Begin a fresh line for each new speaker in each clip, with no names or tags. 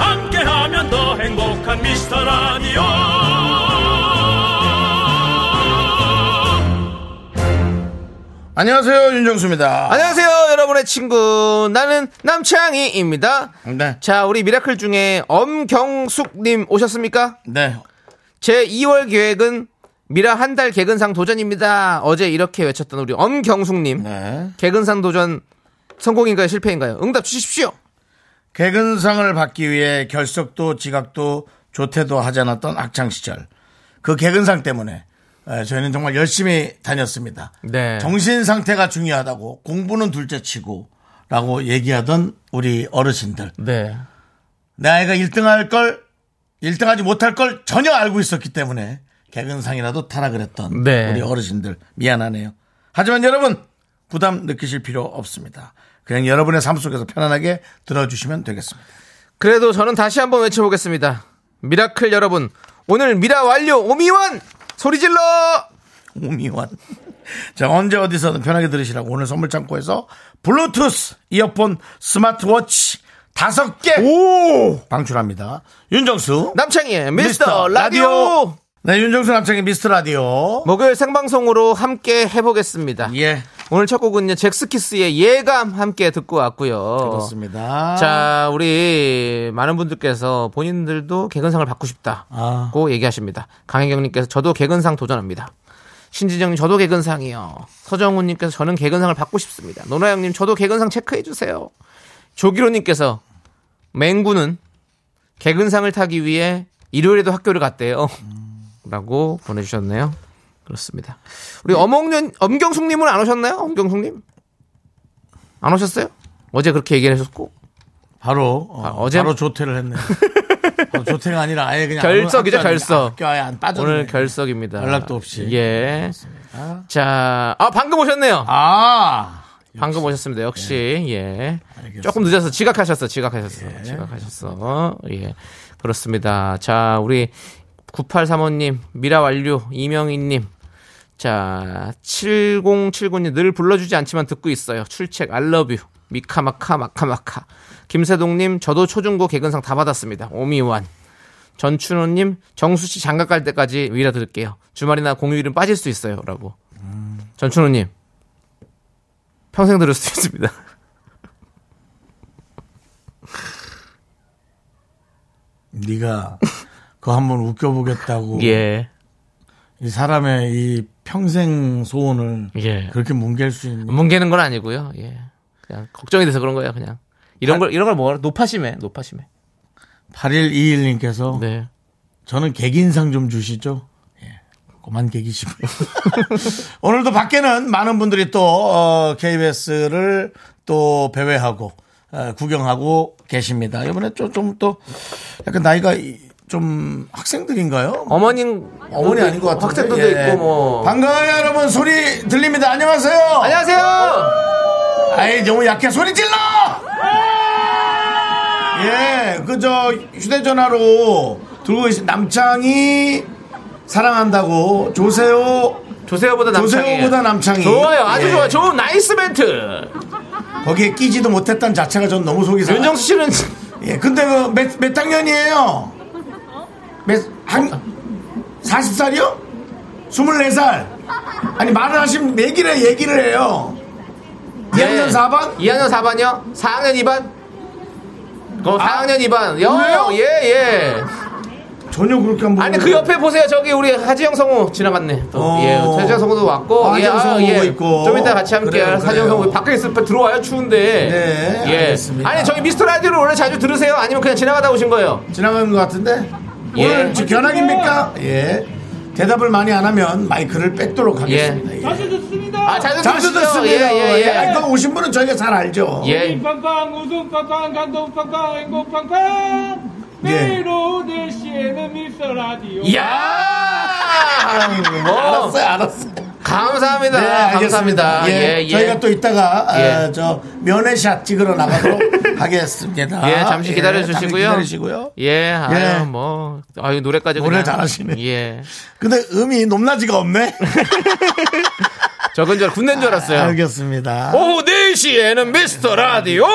함께하면 더 행복한 미스터 라디오
안녕하세요 윤정수입니다.
안녕하세요, 여러분의 친구. 나는 남창희입니다.
네,
자, 우리 미라클 중에 엄경숙님 오셨습니까?
네.
제 2월 계획은 미라 한 달 개근상 도전입니다. 어제 이렇게 외쳤던 우리 엄경숙님.
네.
개근상 도전 성공인가요, 실패인가요? 응답 주십시오.
개근상을 받기 위해 결석도 지각도 조퇴도 하지 않았던 악창 시절. 그 개근상 때문에 에, 저희는 정말 열심히 다녔습니다.
네.
정신 상태가 중요하다고 공부는 둘째치고라고 얘기하던 우리 어르신들.
네.
내 아이가 1등할 걸 1등하지 못할 걸 전혀 알고 있었기 때문에 개근상이라도 타락을 했던
네.
우리 어르신들 미안하네요. 하지만 여러분 부담 느끼실 필요 없습니다. 그냥 여러분의 삶 속에서 편안하게 들어주시면 되겠습니다.
그래도 저는 다시 한번 외쳐보겠습니다. 미라클 여러분, 오늘 미라 완료 오미원! 소리질러!
오미완. 자, 언제 어디서든 편하게 들으시라고 오늘 선물 창고에서 블루투스 이어폰 스마트워치 다섯 개 방출합니다. 윤정수.
남창희의 미스터 라디오! 뭐?
네, 윤정수 남창의 미스터 라디오.
목요일 생방송으로 함께 해보겠습니다.
예.
오늘 첫 곡은요 잭스키스의 예감 함께 듣고 왔고요.
그렇습니다.
어. 자 우리 많은 분들께서 본인들도 개근상을 받고 싶다고
아.
얘기하십니다. 강혜경님께서 저도 개근상 도전합니다. 신지정님 저도 개근상이요. 서정훈님께서 저는 개근상을 받고 싶습니다. 노나영님 저도 개근상 체크해 주세요. 조기로님께서 맹구는 개근상을 타기 위해 일요일에도 학교를 갔대요. 라고 보내주셨네요. 그렇습니다. 우리 엄옥년, 엄경숙님은 안 오셨나요? 엄경숙님? 안 오셨어요? 어제 그렇게 얘기를 하셨고.
바로 어,
아, 어제-
바로 조퇴를 했네요. 바로 조퇴가 아니라 아예 그냥
결석이죠,
학교 안-
결석.
학교 아예 안 빠졌네.
오늘 결석입니다.
연락도 없이.
예. 자, 아, 방금 오셨네요.
아
방금 오셨습니다. 역시, 예.
알겠습니다. 예.
조금 늦어서 지각하셨어, 지각하셨어. 지각하셨어. 예. 그렇습니다. 자, 우리 9835님, 미라 완료, 이명희님. 자, 7079님, 늘 불러주지 않지만 듣고 있어요. 출첵, 알러뷰, 미카마카, 마카마카. 김세동님, 저도 초중고 개근상 다 받았습니다. 오미완. 전춘호님, 정수씨 장가 갈 때까지 위라 드릴게요. 주말이나 공휴일은 빠질 수 있어요. 라고.
음.
전춘호님, 평생 들을 수 있습니다.
네가 그거 한번 웃겨보겠다고
예.
이 사람의 이 평생 소원을
예.
그렇게 뭉갤 수 있는
뭉개는 건 아니고요. 예. 그냥 걱정이 돼서 그런 거예요, 그냥. 이런 걸 이런 걸 뭐라 노파심해. 노파심해.
8121님께서
네.
저는 객인상 좀 주시죠. 예. 그만 객이시고요. 오늘도 밖에는 많은 분들이 또 어, KBS를 또 배회하고 어, 구경하고 계십니다. 이번에 좀좀 또 약간 나이가 이- 좀 학생들인가요? 뭐
어머님 네,
어머니 아닌 것 같은데.
학생들도
예.
있고 뭐.
반가워요, 여러분. 소리 들립니다. 안녕하세요.
안녕하세요.
아이 너무 약해 소리 질러!
아!
예, 그 저 휴대전화로 들고 계신 남창이 사랑한다고 조세호
조세호보다 남창이.
조세호보다 남창이
좋아요. 아주
예.
좋아요. 좋은 나이스 멘트.
거기에 끼지도 못했던 자체가 전 너무 속이 상해.
윤정수 씨는
예, 근데 그몇몇 학년이에요? 몇한 40살이요? 24살. 아니 말을 하시면 얘기를 해, 얘기를 해요. 2학년 4반?
2학년 네. 예. 4반이요? 4학년 2반? 어,
아.
4학년 2반. 요,
그래요?
예, 예.
전혀 그렇게 안 보고.
아니 그 옆에 보세요 저기 우리 하지영 성우 지나갔네 또.
어.
예 하지영 성우도 왔고 예,
아, 하지영 성우 오고 있고.
좀 이따 같이 함께
그래요,
하지영
그래요.
성우 밖에 있을 때 들어와요 추운데
네,
예
알겠습니다.
아니 저희 미스터 라디오를 원래 자주 들으세요 아니면 그냥 지나가다 오신 거예요
지나가는 것 같은데
예.
오늘 지- 견학입니까? 예 대답을 많이 안 하면 마이크를 뺏도록 하겠습니다 예.
아 자주,
자주
들으시죠?
듣습니다
예, 예, 예.
예, 아니, 그거 오신 분은 저희가 잘 알죠
예.
빵빵 우동 빵빵 감동 빵빵 행복 빵빵
예.
이야! 뭐,
알았어요, 알았어요.
감사합니다.
네, 알겠습니다.
감사합니다.
예, 저희가 또 이따가
예.
아, 저 면회샷 찍으러 나가도록 하겠습니다.
예, 잠시 기다려
잠시
주시고요.
기다리시고요.
예,
예.
아유, 뭐, 아유, 노래까지
노래
그냥.
잘하시네.
예.
근데 음이 높낮이가 없네.
적은 줄, 군낸 줄
아,
알았어요.
알겠습니다.
오후 4시에는 미스터 라디오!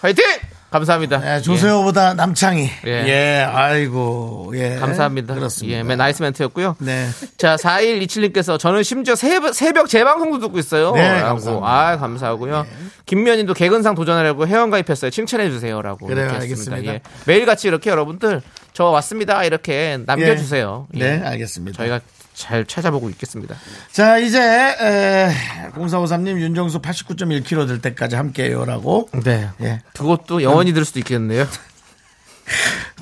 화이팅! 감사합니다.
예, 조세호보다 남창희.
예.
예. 아이고. 예.
예, 감사합니다.
그렇습니다.
예, 맨 나이스 멘트였고요.
네.
자, 4127님께서 저는 심지어 새벽, 새벽 재방송도 듣고 있어요.
네,
라고.
감사합니다. 네.
아, 감사하고요. 김면님도 개근상 도전하려고 회원가입했어요. 칭찬해주세요. 라고.
그래요,
이렇게 했습니다.
알겠습니다.
예. 매일같이 이렇게 여러분들 저 왔습니다. 이렇게 남겨주세요.
예.
예.
네, 알겠습니다.
저희가 잘 찾아보고 있겠습니다.
자, 이제 에, 0453님 윤정수 89.1kg 될 때까지 함께해요라고.
네.
예.
그것도 영원히 들 수도 있겠네요.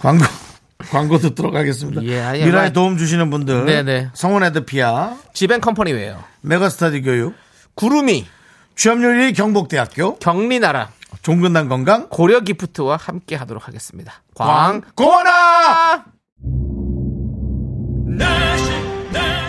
광고 광고 듣도록 하겠습니다.
예, 아니요.
미라에
아니.
도움 주시는 분들.
네, 네.
성원에드피아,
지벤컴퍼니웨어.
메가스터디 교육,
구름이,
취업률 1위 경북대학교,
경리나라,
종근당 건강,
고려기프트와 함께 하도록 하겠습니다. 광.
광고나.
내시 내시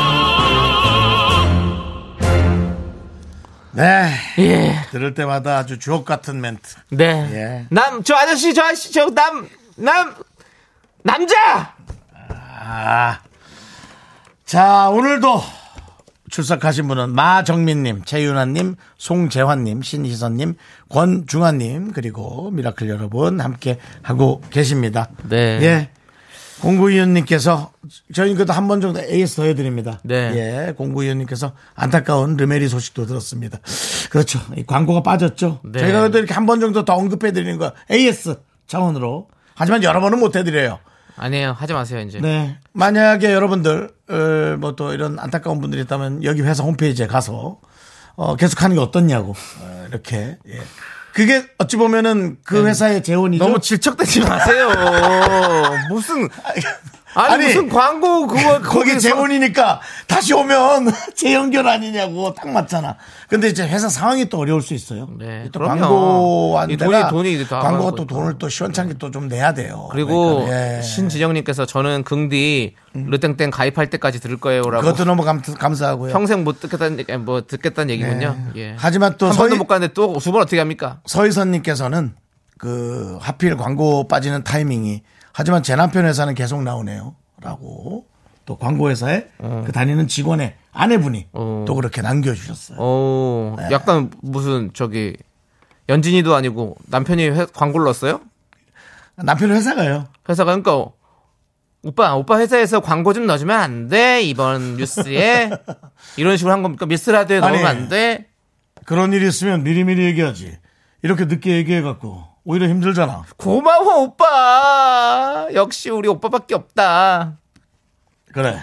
라디오
네
예.
들을 때마다 아주 주옥 같은 멘트.
네.
예.
남 저 아저씨 저 아저씨 저 남 남 남자.
아. 자, 오늘도 출석하신 분은 마정민님, 최윤아님, 송재환님, 신희선님, 권중환님, 그리고 미라클 여러분 함께 하고 계십니다.
네.
예. 공구위원님께서 저희 그래도 한 번 정도 AS 더 해드립니다.
네.
예. 공구위원님께서 안타까운 르메리 소식도 들었습니다. 그렇죠. 이 광고가 빠졌죠.
네.
저희가 그래도 이렇게 한 번 정도 더 언급해드리는 거 AS 차원으로. 하지만 여러 번은 못 해드려요.
아니에요. 하지 마세요 이제.
네. 만약에 여러분들 뭐 또 이런 안타까운 분들이 있다면 여기 회사 홈페이지에 가서 어, 계속하는 게 어떻냐고 어, 이렇게 예. 그게 어찌 보면은 그 회사의 재원이죠.
네. 너무 질척대지 마세요. 무슨 아니,
아니, 그러니까,
무슨 광고 그거
거기
거기서-
재원이니까 다시 오면 재연결 아니냐고 딱 맞잖아. 근데 이제 회사 상황이 또 어려울 수 있어요.
네,
또
그럼요.
광고
이
안
돈이-
돼가
돈이 이제 다
광고가
가고
또 돈을 또 시원찮게 또 좀 내야 돼요.
그리고
그러니까, 예. 음.
신진영님께서 저는 긍디 르땡땡 가입할 때까지 들을 거예요라고
그것도 너무 감, 감사하고요.
평생 못 듣겠다는 얘기- 뭐 듣겠다는 얘기군요. 예.
하지만 또
한 번도
서희-
못 가는데 또 두 번 어떻게 합니까?
서희선님께서는 그 하필 광고 빠지는 타이밍이 하지만 제 남편 회사는 계속 나오네요라고 또 광고 회사에 그 다니는 직원의 아내분이
어.
또 그렇게 남겨주셨어요.
어,
네.
약간 무슨 저기 연진이도 아니고 남편이 회- 광고를 넣었어요?
남편 회사가요.
회사가 그러니까 오빠 오빠 회사에서 광고 좀 넣어주면 안 돼 이번 뉴스에 이런 식으로 한 겁니까 미스 라디오에
아니.
넣으면 안돼
그런 일이 있으면 미리미리 얘기하지. 이렇게 늦게 얘기해갖고 오히려 힘들잖아.
고마워 오빠 역시 우리 오빠밖에 없다
그래.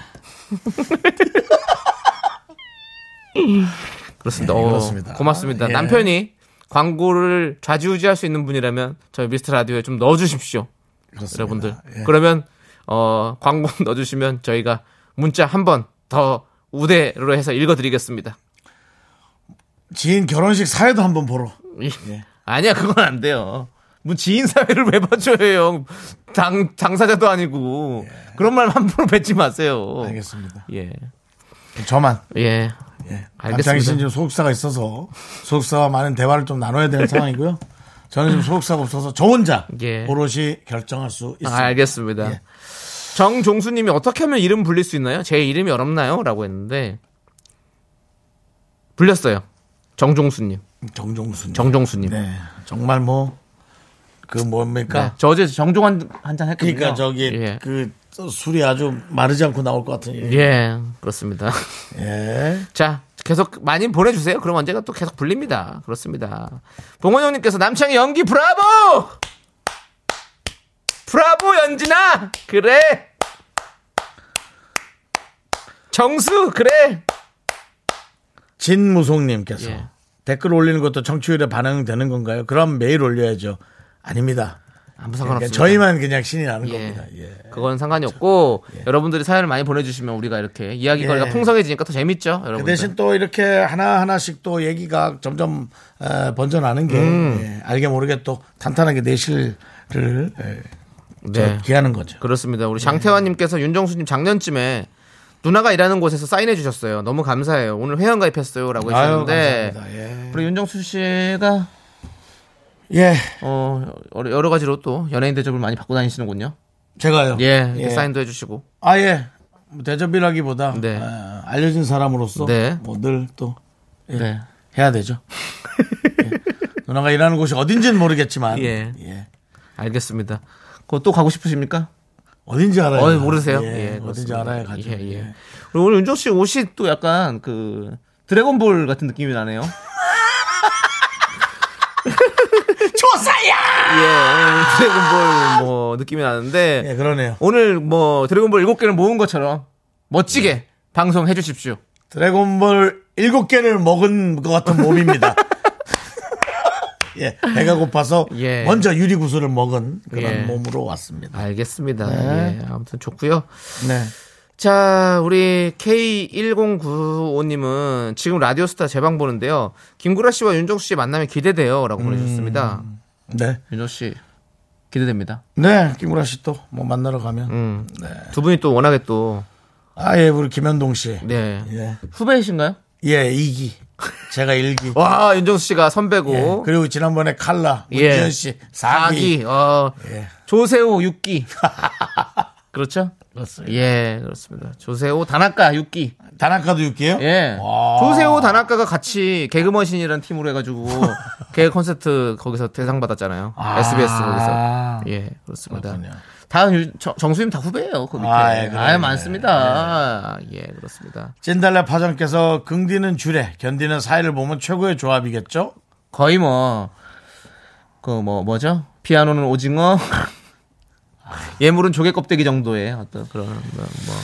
그렇습니다
네,
어,
그렇습니다.
고맙습니다
예.
남편이 광고를 좌지우지할 수 있는 분이라면 저희 미스터 라디오에 좀 넣어주십시오
그렇습니다.
여러분들
예.
그러면 어 광고 넣어주시면 저희가 문자 한 번 더 우대로 해서 읽어드리겠습니다
지인 결혼식 사회도 한번 보러.
예. 아니야 그건 안 돼요. 뭐 지인 사회를 왜 봐줘요? 당 당사자도 아니고 그런 말 함부로 뱉지 마세요.
예. 알겠습니다.
예,
저만.
예,
예.
알겠습니다.
남창희 씨는 지금 소속사가 있어서 소속사와 많은 대화를 좀 나눠야 되는 상황이고요. 저는 지금 소속사가 없어서 저 혼자
예.
오롯이 결정할 수
아,
있습니다.
알겠습니다.
예.
정종수님이 어떻게 하면 이름 불릴 수 있나요? 제 이름이 어렵나요?라고 했는데 불렸어요. 정종수님,
정종순.
정종수님.
네. 정말 뭐 그
네,
뭡니까?
저 어제 정종한 한잔 했거든요.
그러니까 저기
예,
그 술이 아주 마르지 않고 나올 것 같은 얘기.
예 그렇습니다.
예.
자, 계속 많이 보내주세요. 그럼 언제가 또 계속 불립니다. 그렇습니다. 봉원 형님께서 남창희 연기 브라보! 브라보 연진아 그래 정수 그래
진무송님께서
예.
댓글 올리는 것도 정치율에 반응되는 건가요? 그럼 매일 올려야죠. 아닙니다.
아무
그러니까
상관없습니다.
저희만 그냥 신이 나는
예.
겁니다. 예.
그건 상관이 없고 여러분들이 사연을 많이 보내주시면 우리가 이렇게 이야기거리가
예.
풍성해지니까 더 재밌죠
그
여러분
대신 또 이렇게 하나 하나씩 또 얘기가 점점 에, 번져나는 게
음.
예, 알게 모르게 또 탄탄하게 내실을 예, 저
네.
기하는 거죠.
그렇습니다.
네.
우리 장태환님께서 윤정수님 작년쯤에 누나가 일하는 곳에서 사인해 주셨어요. 너무 감사해요. 오늘 회원 가입했어요라고
아유, 네.
해주셨는데
감사합니다.
우리 윤정수 씨가
예. 예,
어 여러 여러 가지로 또 연예인 대접을 많이 받고 다니시는군요.
제가요.
예, 이렇게 사인도 해주시고
아 예. 뭐 대접이라기보다
네.
어, 알려진 사람으로서
네.
뭐 늘 또 예,
네.
해야 되죠. 예. 누나가 일하는 곳이 어딘지는 모르겠지만
예.
예.
알겠습니다. 그거 또 가고 싶으십니까?
어딘지 알아야
어 모르세요?
예, 어딘지
그렇습니다.
알아야 가죠.
예, 예.
예.
그리고 오늘 윤정 씨 옷이 또 약간 그 드래곤볼 같은 느낌이 나네요.
조사야.
예, 오늘 드래곤볼 뭐 느낌이 나는데
예, 그러네요.
오늘 뭐 드래곤볼 7개를 모은 것처럼 멋지게 방송해 주십시오.
드래곤볼 일곱 개를 먹은 것 같은 몸입니다. 예, 배가 고파서
예.
먼저 유리 구슬을 먹은 그런
예.
몸으로 왔습니다.
알겠습니다.
네.
예, 아무튼 좋고요.
네.
자, 우리 K1095님은 지금 라디오스타 재방 보는데요. 김구라 씨와 윤정수 씨 만나면 기대돼요. 라고 보내주셨습니다.
네.
음, 윤정수 씨, 기대됩니다.
네, 김구라 씨 또 뭐 만나러 가면.
음. 두 분이 또 워낙에 또,
아, 예, 우리 김현동 씨.
네.
예.
후배이신가요?
예, 2기. 제가 1기.
와, 아, 윤정수 씨가 선배고.
예. 그리고 지난번에 칼라.
예.
문지현 씨. 4기.
4기, 어,
예.
조세호 6기. 그렇죠?
그렇습니다.
예, 그렇습니다. 조세호, 다나카 6기.
다나카도 6기예요
예.
와.
조세호, 다나카가 같이 개그머신이라는 팀으로 해가지고 개그 콘서트 거기서 대상 받았잖아요. SBS 거기서. 예, 그렇습니다.
그렇군요.
다음 유- 정- 정수님 다 후배예요. 그 밑에.
아,
아,
예,
예,
그러네. 네.
많습니다. 예, 그렇습니다.
찐달래 파전께서 긍디는 줄에 견디는 사이를 보면 최고의 조합이겠죠?
거의 뭐, 그 뭐, 뭐죠? 피아노는 오징어, 예물은 조개 껍데기 정도의 어떤 그런, 뭐. 뭐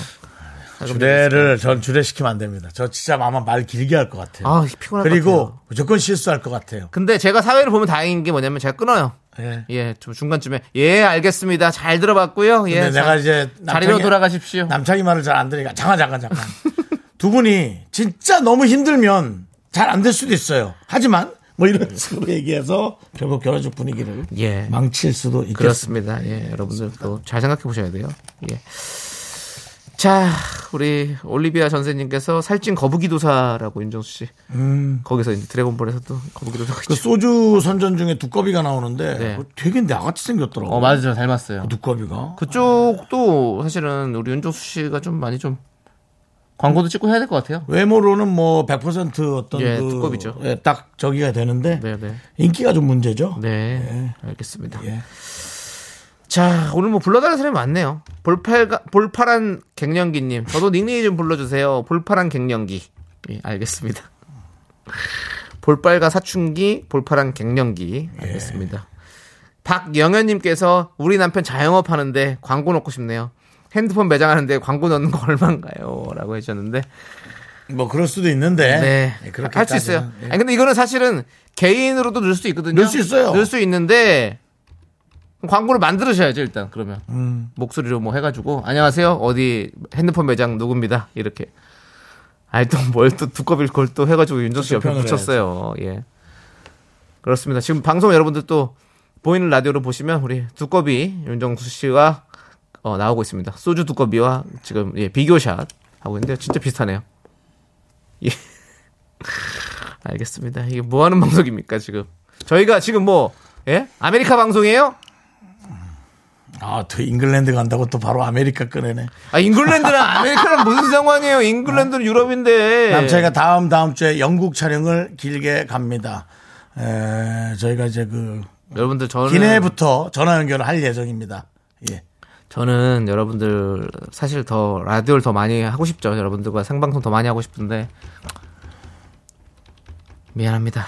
주례를 전 주례시키면 안 됩니다. 저 진짜 아마 말 길게 할 것 같아요.
아, 피곤할 것 같아요.
네. 그리고 무조건 실수할 것 같아요.
근데 제가 사회를 보면 다행인 게 뭐냐면 제가 끊어요.
예.
예, 좀 중간쯤에 예, 알겠습니다. 잘 들어봤고요. 예,
근데
자-
내가 이제
자리로
남편이-
돌아가십시오.
남창이 말을 잘 안 들으니까 잠깐 잠깐 잠깐. 두 분이 진짜 너무 힘들면 잘 안 될 수도 있어요. 하지만 뭐 이런 식으로 얘기해서 결국 결혼식 분위기를
예.
망칠 수도 있겠습니다.
그렇습니다. 예, 여러분들 또 잘 생각해 보셔야 돼요. 예. 자, 우리 올리비아 전세님께서 살찐 거북이 도사라고 윤정수 씨. 거기서 이제 드래곤볼에서 또 거북이 도사가
그
있죠.
소주 선전 중에 두꺼비가 나오는데
네.
그거 되게 나같이 생겼더라고.
어, 맞아요. 닮았어요.
두꺼비가.
그쪽도 사실은 우리 윤정수 씨가 좀 많이 좀 광고도 찍고 해야 될 것 같아요.
외모로는 뭐 100% 어떤
예,
그
두꺼비죠.
예, 딱 저기가 되는데
네, 네.
인기가 좀 문제죠.
네, 알겠습니다.
예.
자, 오늘 뭐 불러달라는 사람이 많네요. 볼팔가, 볼파란 갱년기님. 저도 닉네임 좀 불러주세요. 볼파란 갱년기. 예, 알겠습니다. 볼빨가 사춘기, 볼파란 갱년기.
예.
알겠습니다. 박영현님께서 우리 남편 자영업 하는데 광고 넣고 싶네요. 핸드폰 매장 하는데 광고 넣는 거 얼마인가요? 라고 해주셨는데.
뭐 그럴 수도 있는데
네.
예, 그렇게
할 수 있어요.
따지면, 예.
아니, 근데 이거는 사실은 개인으로도 넣을 수 있거든요.
넣을 수 있어요.
넣을 수 있는데 광고를 만들으셔야죠, 일단. 그러면.
음.
목소리로 뭐 해가지고, 안녕하세요. 어디 핸드폰 매장 누굽니다. 이렇게. 아니, 또 뭘 또 두꺼비 걸 또 해가지고 윤정씨 옆에
표현을
붙였어요. 예. 그렇습니다. 지금 방송 여러분들 또 보이는 라디오로 보시면 우리 두꺼비 윤정수 씨와 어, 나오고 있습니다. 소주 두꺼비와 지금 예, 비교샷 하고 있는데 진짜 비슷하네요. 예. 알겠습니다. 이게 뭐 하는 방송입니까, 지금? 저희가 지금 뭐, 예? 아메리카 방송이에요?
아, 또 잉글랜드 간다고 또 바로 아메리카 꺼내네.
아, 잉글랜드랑 아메리카랑 무슨 상관이에요? 잉글랜드는 유럽인데.
남자가 다음 다음 주에 영국 촬영을 길게 갑니다. 에, 저희가 이제 그
여러분들, 저는.
기내부터 전화 연결을 할 예정입니다. 예.
저는 여러분들, 사실 더, 라디오를 더 많이 하고 싶죠. 여러분들과 생방송 더 많이 하고 싶은데. 미안합니다.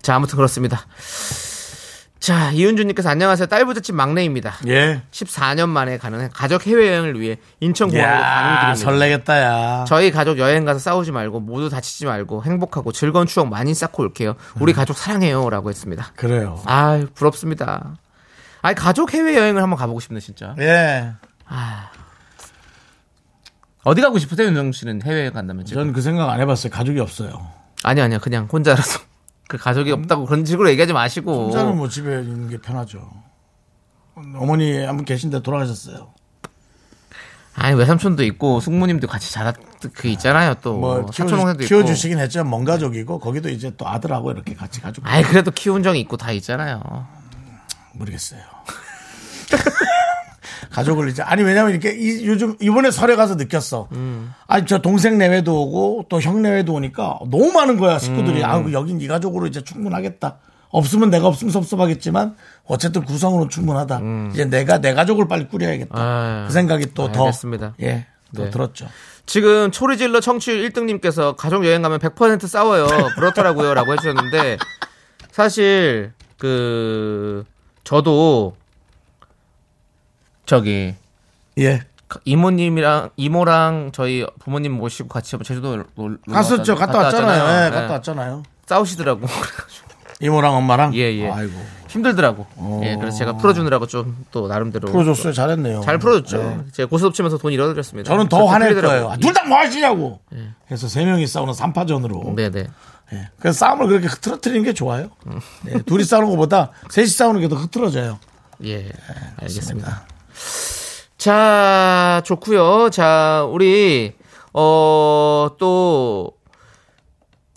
자, 아무튼 그렇습니다. 자, 이은주님께서 안녕하세요. 딸부잣집 막내입니다.
예.
14년 만에 가는 가족 해외여행을 위해 인천 공항으로 가는
야,
길입니다.
설레겠다, 야.
아. 저희 가족 여행 가서 싸우지 말고 모두 다치지 말고 행복하고 즐거운 추억 많이 쌓고 올게요. 우리 가족 사랑해요라고 했습니다.
그래요.
아 부럽습니다. 아 가족 해외 여행을 한번 가보고 싶네 진짜.
예.
어디 가고 싶으세요, 윤정 씨는 해외 간다면 지금?
전 그 생각 안 해봤어요. 가족이 없어요.
아니 아니요, 그냥 혼자라서 그 가족이 없다고 그런 식으로 얘기하지 마시고.
혼자는 뭐 집에 있는 게 편하죠. 어머니 한 분 계신데 돌아가셨어요.
아니 외삼촌도 있고 숙모님도 같이 자랐 그 있잖아요 또
뭐
사촌
키워,
동생도 있고.
키워주시긴 했지만 먼 가족이고 거기도 이제 또 아들하고 이렇게 같이 가족
아니 그래도 키운 적이 있고 다 있잖아요.
모르겠어요. 가족을 이제 아니 왜냐면 이렇게 이- 요즘 이번에 설에 가서 느꼈어.
음.
아니 저 동생 내외도 오고 또 형 내외도 오니까 너무 많은 거야 식구들이.
음.
아우 여긴 이 가족으로 이제 충분하겠다. 없으면 내가 없으면 섭섭하겠지만 어쨌든 구성으로는 충분하다. 이제 내가 내 가족을 빨리 꾸려야겠다.
음. 아유,
그 생각이 또 더
알겠습니다.
예, 또
네.
들었죠.
지금 초리질러 청취율 1등님께서 가족 여행 가면 100% 싸워요. 그렇더라고요라고 해주셨는데 사실 그 저도 저기
예,
이모님이랑 이모랑 저희 부모님 모시고 같이 제주도 놀
갔었죠. 갔다, 왔잖아요.
네.
예, 갔다 왔잖아요.
싸우시더라고.
이모랑 엄마랑
예, 예.
아이고
힘들더라고. 예, 그래서 제가 풀어주느라고 좀 또 나름대로
어. 풀어줬어요. 잘했네요.
잘 풀어줬죠. 제가 고스톱 치면서 돈 잃어드렸습니다.
저는 더 화낼
풀리더라고요.
거예요. 둘 다 뭐 하시냐고. 그래서 세 명이 싸우는 삼파전으로
네, 네.
예. 그래서 싸움을 그렇게 흐트러뜨리는 게 좋아요. 예, 둘이 싸우는 것보다 셋이 싸우는 게 더 흐트러져요. 네,
예, 알겠습니다. 자, 좋고요. 자, 우리 어, 어또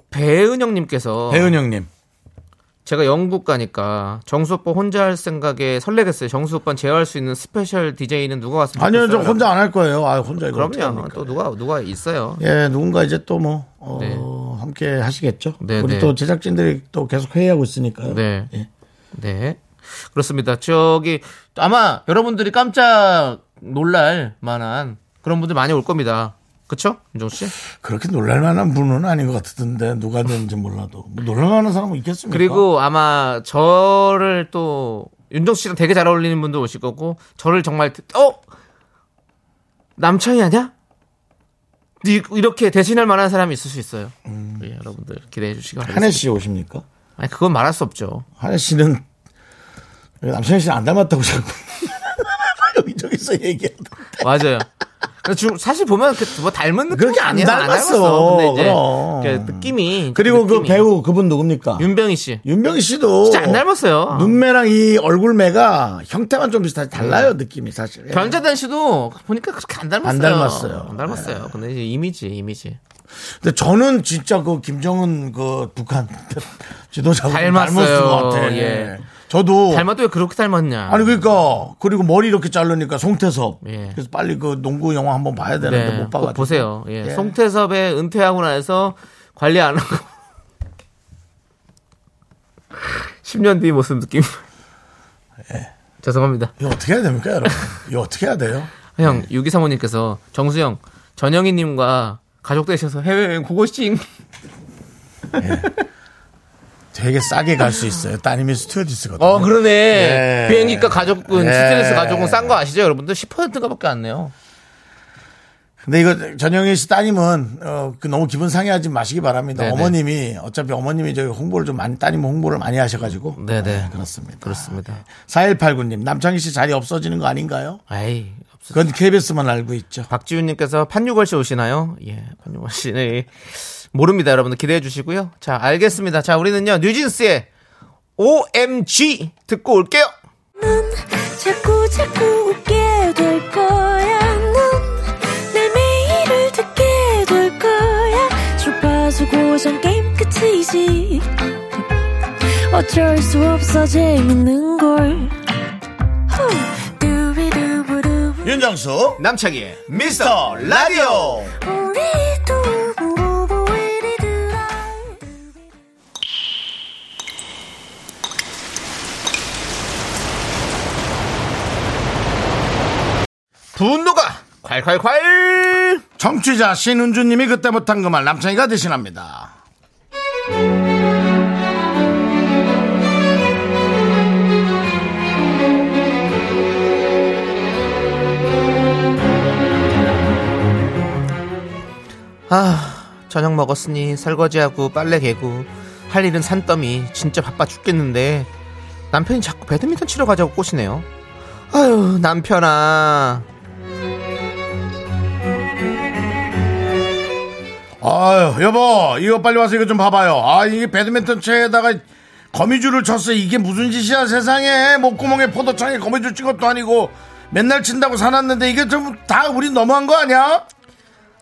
배은영님께서
배은영님.
제가 영국 가니까 정수 오빠 혼자 할 생각에 설레겠어요. 정수 오빠 제어할 수 있는 스페셜 DJ는 누가 왔으면
아니요, 저
좋겠어요.
혼자 안 할 거예요. 아, 혼자 이거. 어떻게
그럼요.
합니까? 네.
또 누가 누가 있어요.
예, 누군가 이제 또 뭐, 어,
네.
함께 하시겠죠.
네,
우리
네.
또 제작진들이 또 계속 회의하고 있으니까요.
네.
예.
네. 그렇습니다. 저기 아마 여러분들이 깜짝 놀랄 만한 그런 분들 많이 올 겁니다. 그쵸? 윤종 씨?
그렇게 놀랄만한 분은 아닌 것 같던데 누가 되는지 몰라도 뭐 놀랄만한 사람은 있겠습니까?
그러니까. 그리고 아마 저를 또 윤종 씨랑 되게 잘 어울리는 분들 오실 거고 저를 정말 어 남창이 아니야? 니- 이렇게 대신할 만한 사람이 있을 수 있어요.
음.
예, 여러분들 기대해 주시기 바랍니다.
한혜 씨 오십니까?
아니 그건 말할 수 없죠.
한혜 씨는 남편이 씨는 안 닮았다고 자꾸 여기저기서 얘기하다.
맞아요. 근데 지금 사실 보면 그 뭐 닮은 느낌
그렇게 안 닮았어.
근데 이제
그럼.
그 느낌이
그리고 그
느낌이.
배우 그분 누굽니까?
윤병희 씨
윤병희 씨도
진짜 안 닮았어요.
눈매랑 이 얼굴매가 형태만 좀 비슷하지 달라요 느낌이 사실. 예.
변재단 씨도 보니까 그렇게 안 닮았어요.
안 닮았어요. 네.
안 닮았어요. 근데 이제 이미지 이미지
근데 저는 진짜 그 김정은 그 북한 지도자분
닮았어요.
닮았을 것 같아.
예.
저도
닮아도 왜 그렇게 닮았냐?
어. 아니 그러니까 그리고 머리 이렇게 자르니까 송태섭.
예.
그래서 빨리 그 농구 영화 한번 봐야 되는데 못
꼭
봐가지고.
네. 보세요. 예.
예.
송태섭의 은퇴하고 나서 관리 안 하고 10년 뒤 모습 느낌.
예.
죄송합니다.
이거 어떻게 해야 됩니까 여러분? 이거 어떻게 해야 돼요? 예.
형 유기 사모님께서 정수영 전영희님과 가족 되셔서 해외여행 고고싱
되게 싸게 갈 수 있어요. 따님이 스튜어디스거든요.
어 그러네
예.
비행기가 가족은
예.
스트레스 가족은 싼 거 아시죠 여러분들 10%가밖에 안 내요
근데 이거 전영희 씨 따님은 어, 그 너무 기분 상해하지 마시기 바랍니다.
네네.
어머님이 어차피 어머님이 저희 홍보를 좀 많이 따님 홍보를 많이 하셔가지고.
네네.
그렇습니다.
그렇습니다
4189님 남창희 씨 자리 없어지는 거 아닌가요?
아이 없어
그건 KBS만 알고 있죠.
박지훈님께서 판유걸 씨 오시나요 예 판유걸 씨네 모릅니다 여러분들 기대해 주시고요 자 알겠습니다 자 우리는요 뉴진스의 OMG 듣고 올게요
자꾸 자꾸 웃게 될 거야. 넌내 매일을 듣게 될 거야. 주파수 고정 게임 끝이지. 어쩔 수 없어 재밌는 걸. 후. 두비두부두.
윤정수
남창희의
미스터 라디오.
우리 두부부부 우리 두라.
분노가 콸콸콸
정취자 신은주님이 그때 못한 그 말 남창희가 대신합니다.
아 저녁 먹었으니 설거지하고 빨래 개고 할 일은 산더미 진짜 바빠 죽겠는데 남편이 자꾸 배드민턴 치러 가자고 꼬시네요 아유 남편아
아유, 여보, 이거 빨리 와서 이거 좀 봐봐요. 아, 이게 배드민턴 채에다가 거미줄을 쳤어. 이게 무슨 짓이야, 세상에. 목구멍에 포도청에 거미줄 친 것도 아니고 맨날 친다고 사놨는데 이게 좀 다 우리 너무한 거 아니야?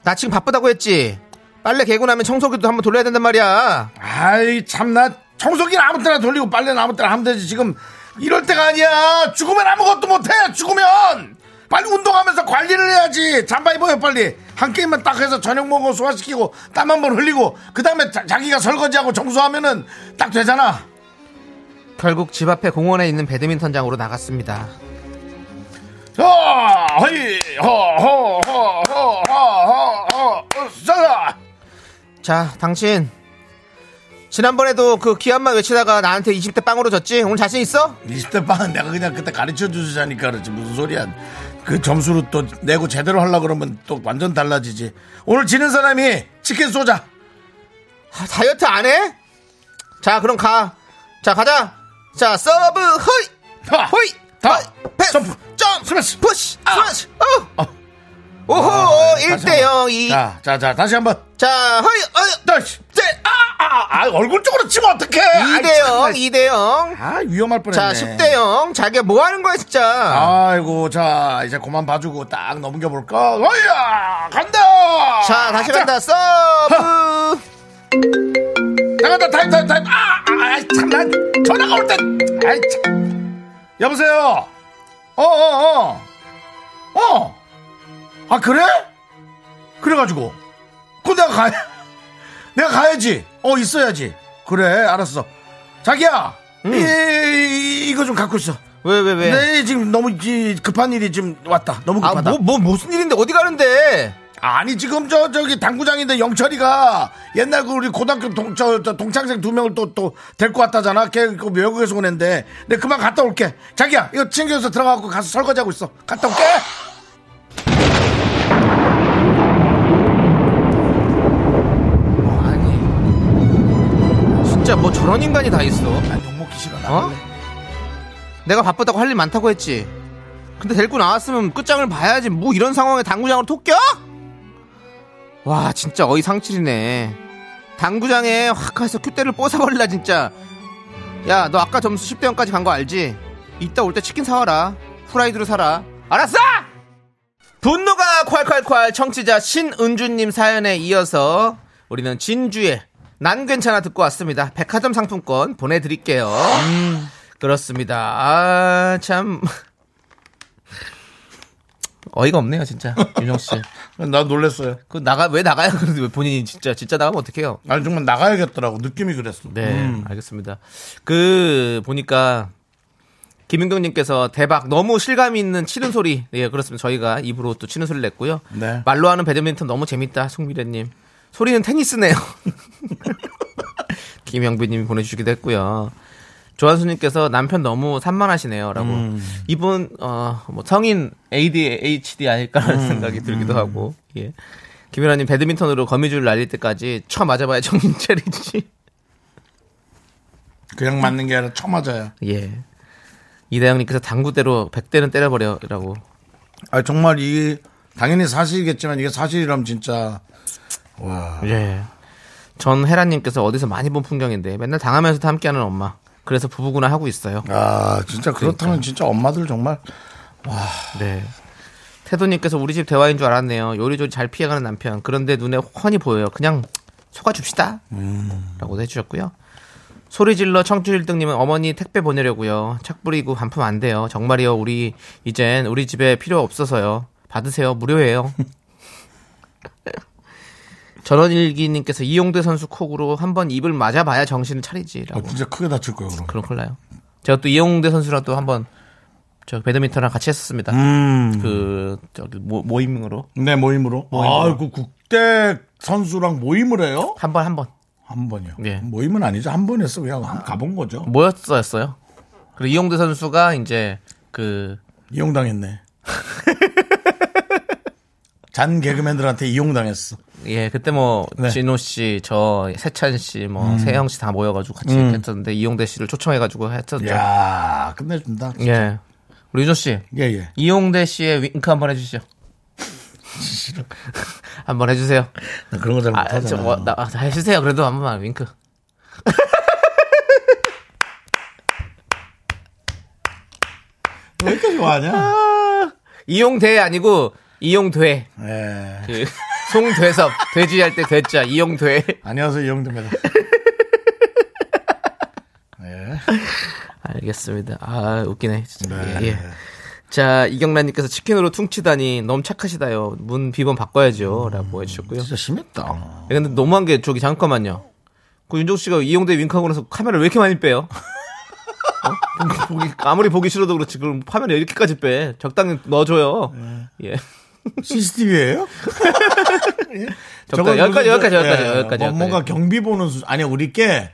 나 지금 바쁘다고 했지 빨래 개고 나면 청소기도 한번 돌려야 된단 말이야
아이, 참나. 청소기는 아무 때나 돌리고 빨래는 아무 때나 하면 되지. 지금 이럴 때가 아니야. 죽으면 아무것도 못해. 죽으면! 빨리 운동하면서 관리를 해야지. 잠바 입어요, 빨리. 한 게임만 딱 해서 저녁 먹고 소화시키고 땀 한 번 흘리고 그 다음에 자기가 설거지하고 청소하면은 딱 되잖아.
결국 집 앞에 공원에 있는 배드민턴장으로 나갔습니다
아, 허이, 허, 허, 허, 허, 허, 허, 허, 써라.
자 당신 지난번에도 그 기합만 외치다가 나한테 20대 빵으로 졌지 오늘 자신 있어?
20대 빵은 내가 그냥 그때 가르쳐 주자니까 그렇지. 무슨 소리야. 그 점수로 또 내고 제대로 하려고 그러면 또 완전 달라지지. 오늘 지는 사람이 치킨 쏘자.
아, 다이어트 안 해? 자, 그럼 가. 자, 가자. 자, 서브, 허이!
하,
허이!
다,
허이! 패스!
점프,
점!
스매시. 아!
푸시! 스매시! 어!
어. 아, 네,
오호!
다시
1대
한 번.
0, 2.
자, 자, 자, 다시 한 번.
자, 허이! 어이!
다시.
째!
아, 아, 아, 얼굴 쪽으로 치면 어떡해. 아이,
2대 0,
참나.
2대 0.
아, 위험할 뻔했네.
자, 10대 0. 자기가 뭐 하는 거야, 진짜.
아이고, 자, 이제 그만 봐주고 딱 넘겨볼까? 어이야! 간다!
자, 다시 간다. 서브!
나간다 타임 타임 타임 아, 아, 아 참나 전화가 올때 아이 참 여보세요 어어어어 어, 아 그래 그래가지고 그 내가 가야 내가 가야지 어 있어야지 그래 알았어 자기야
음.
이, 이- 이거 좀 갖고 있어
왜, 왜, 왜?
네 지금 너무 이, 급한 일이 지금 왔다 너무
아,
급하다
뭐, 뭐, 무슨 일인데, 어디 가는데?
아니 지금 저 저기 당구장인데 영철이가 옛날 그 우리 고등학교 동저 저, 동창생 두 명을 또 또 데리고 왔다잖아. 걔그 외국에서 온 앤데. 내가 그만 갔다 올게. 자기야 이거 챙겨서 들어가고 가서 설거지하고 있어. 갔다 올게.
아니. 진짜 뭐 저런 인간이 다 있어.
난 아, 욕먹기 싫어. 나
어? 내가 바쁘다고 할 일 많다고 했지. 근데 데리고 나왔으면 끝장을 봐야지. 뭐 이런 상황에 당구장으로 톡 껴? 와, 진짜 어이상칠이네. 당구장에 확 가서 큐대를 뽀사버리라, 진짜. 야, 너 아까 점수 10대 0까지 간 거 알지? 이따 올 때 치킨 사와라. 후라이드로 사라. 알았어! 분노가 콸콸콸 청취자 신은주님 사연에 이어서 우리는 진주의 난 괜찮아 듣고 왔습니다. 백화점 상품권 보내드릴게요. 그렇습니다. 아, 참. 어이가 없네요, 진짜. 윤영 씨.
나 놀랬어요.
그 나가, 왜 나가요? 그래도 왜 본인이 진짜, 진짜 나가면 어떡해요?
아니 정말 나가야겠더라고. 느낌이 그랬어.
네, 알겠습니다. 그 보니까 김윤경님께서 대박 너무 실감 있는 치는 소리. 예, 그렇습니다. 저희가 입으로 또 치는 소리를 냈고요.
네.
말로 하는 배드민턴 너무 재밌다, 송미래님. 소리는 테니스네요. 김영빈님이 보내주시기도 했고요. 조한수님께서 남편 너무 산만하시네요라고
음.
이분 어뭐 성인 ADHD 아닐까라는
음.
생각이 들기도 하고 예 김연아님 배드민턴으로 거미줄 날릴 때까지 쳐 맞아봐야 정신 차리지
그냥 맞는 게 아니라 쳐맞아요.
예. 이다영님께서 당구대로 100대는 때려버려라고.
아 정말 이 당연히 사실이겠지만 이게 사실이라면 진짜
예. 전혜란님께서 어디서 많이 본 풍경인데 맨날 당하면서도 함께하는 엄마. 그래서 부부구나 하고 있어요.
아 진짜 그렇다면 진짜 엄마들 정말
네. 태도님께서 우리 집 대화인 줄 알았네요. 요리조리 잘 피해가는 남편. 그런데 눈에 훤히 보여요. 그냥 속아줍시다. 라고도 해주셨고요. 소리질러 청취일등님은 어머니 택배 보내려고요. 착 부리고 반품 안 돼요. 정말이요. 우리 이젠 우리 집에 필요 없어서요. 받으세요. 무료예요. 전원일기님께서 이용대 선수 콕으로 한번 입을 맞아봐야 정신을 차리지라고.
어, 진짜 크게 다칠 거예요 그럼.
그럼 큰일 나요. 제가 또 이용대 선수랑 또 한번 저 배드민턴랑 같이 했었습니다. 그 저기 모, 모임으로
네 모임으로. 아이고 국대 선수랑 모임을 해요?
한 번 한 번
한 번이요.
예.
모임은 아니죠. 한 번 했어 그냥 한- 가본 거죠.
모였었어요. 그리고 이용대 선수가 이제 그
이용당했네. 잔 개그맨들한테 이용당했어.
예, 그때 뭐
네.
진호 씨, 저 세찬 씨, 뭐 세영 씨 다 모여가지고 같이 했었는데 이용대 씨를 초청해가지고 했었죠.
야 끝내준다.
예, 우리 유조 씨,
예, 예.
이용대 씨의 윙크 한번 해주시죠. 한번 해주세요.
나 그런 거 잘
아,
못하잖아.
저, 뭐, 나, 아, 해주세요. 그래도 한 번만 윙크.
왜 이렇게 좋아하냐?
이용대 아니고 이용돼.
예.
그 송돼섭 돼지 할 때 돼자 이용돼.
안녕하세요, 이영대입니다. 예.
알겠습니다. 아 웃기네. 진짜.
네.
예, 예. 자 이경란님께서 치킨으로 퉁치다니 너무 착하시다요. 문 비번
음.
바꿔야죠라고 해주셨고요.
진짜 심했다. 어.
예, 근데 너무한 게 저기 잠깐만요. 그 윤종 씨가 이용대 윙크하고 나서 카메라를 왜 이렇게 많이 빼요? 어? 그럼 보기- 아무리 보기 싫어도 그렇지 그럼 화면에 이렇게까지 빼 적당히 넣어줘요
네.
예
CCTV예요?
적당히 여기까지 여기까지 여기까지 여기까지
예, 뭐, 뭔가
여기까지. 음.
경비 보는 수준. 아니, 우리 게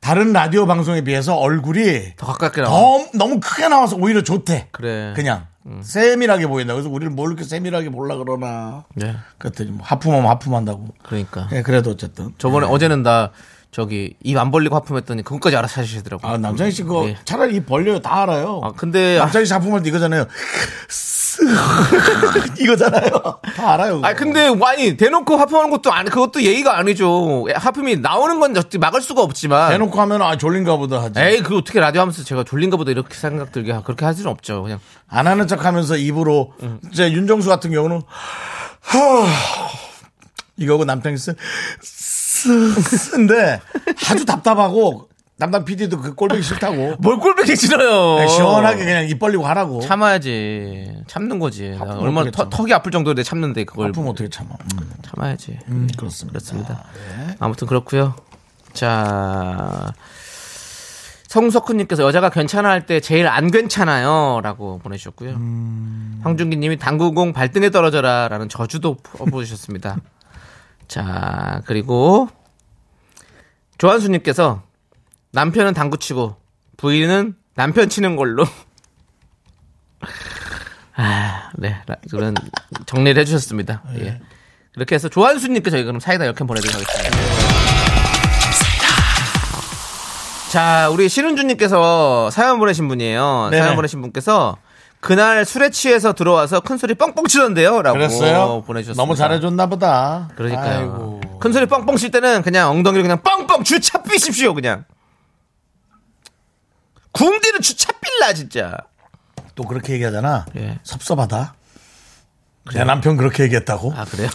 다른 라디오 방송에 비해서 얼굴이
더 가깝게 나와
더, 너무 크게 나와서 오히려 좋대.
그래.
그냥.
음.
세밀하게 보인다. 그래서 우리를 뭘 이렇게 세밀하게 보려 그러나.
예.
그랬더니 뭐 하품하면 하품한다고.
그러니까
예, 그래도 어쨌든.
저번에 어제는 나 저기 입 안 벌리고 하품했더니 그것까지 알아서 하시더라고요.
아, 남창희 씨 그거
예.
차라리 이 벌려요. 다 알아요.
아, 근데 아,
남창희 씨 하품할 때 이거잖아요. 이거잖아요. 다 알아요.
아니, 근데 아니 대놓고 하품하는 것도 아니 그것도 예의가 아니죠. 하품이 나오는 건 어떻게 막을 수가 없지만
대놓고 하면 아, 졸린가 보다 하지.
에이 그 어떻게 라디오 하면서 제가 졸린가 보다 이렇게 생각 들게 하- 그렇게 할 수는 없죠. 그냥
안 하는 척 하면서 입으로. 이제 윤정수 같은 경우는 이거고 남창희 씨는 쓰는데 아주 답답하고 남당 PD도 그 꼴보기 싫다고.
뭘 꼴보기 싫어요.
그냥 네, 시원하게 그냥 입 벌리고 하라고.
참아야지. 참는 거지. 나
하품
얼마나
어떻게
터- 턱이 아플 정도로 내가 참는데 그걸
아픔 어떻게 참아. 음,
참아야지.
그렇습니다.
그렇습니다. 아무튼 그렇고요. 자 성석훈님께서 여자가 괜찮아 할 때 제일 안 괜찮아요라고 보내주셨고요. 황준기님이 당구공 발등에 떨어져라라는 저주도 보내주셨습니다. 자 그리고 조한수님께서 남편은 당구 치고 부인은 남편 치는 걸로. 아, 네. 라- 그런 정리를 해주셨습니다.
네.
예. 그렇게 해서 조한수님께 저희 그럼 사이다 역행 보내드리도록 하겠습니다. 자, 우리 신은주님께서 사연 보내신 분이에요.
네네.
사연 보내신 분께서 그날 술에 취해서 들어와서 큰 소리 뻥뻥 치던데요. 라고
그랬어요?
보내주셨습니다.
너무 잘해줬나 보다.
그러니까요.
아이고.
큰 소리 뻥뻥 칠 때는 그냥 엉덩이를 그냥 뻥뻥 주차 삐십시오, 그냥. 궁디를 주차 삘라, 진짜.
또 그렇게 얘기하잖아.
예.
섭섭하다.
네.
내 남편 그렇게 얘기했다고.
아, 그래요?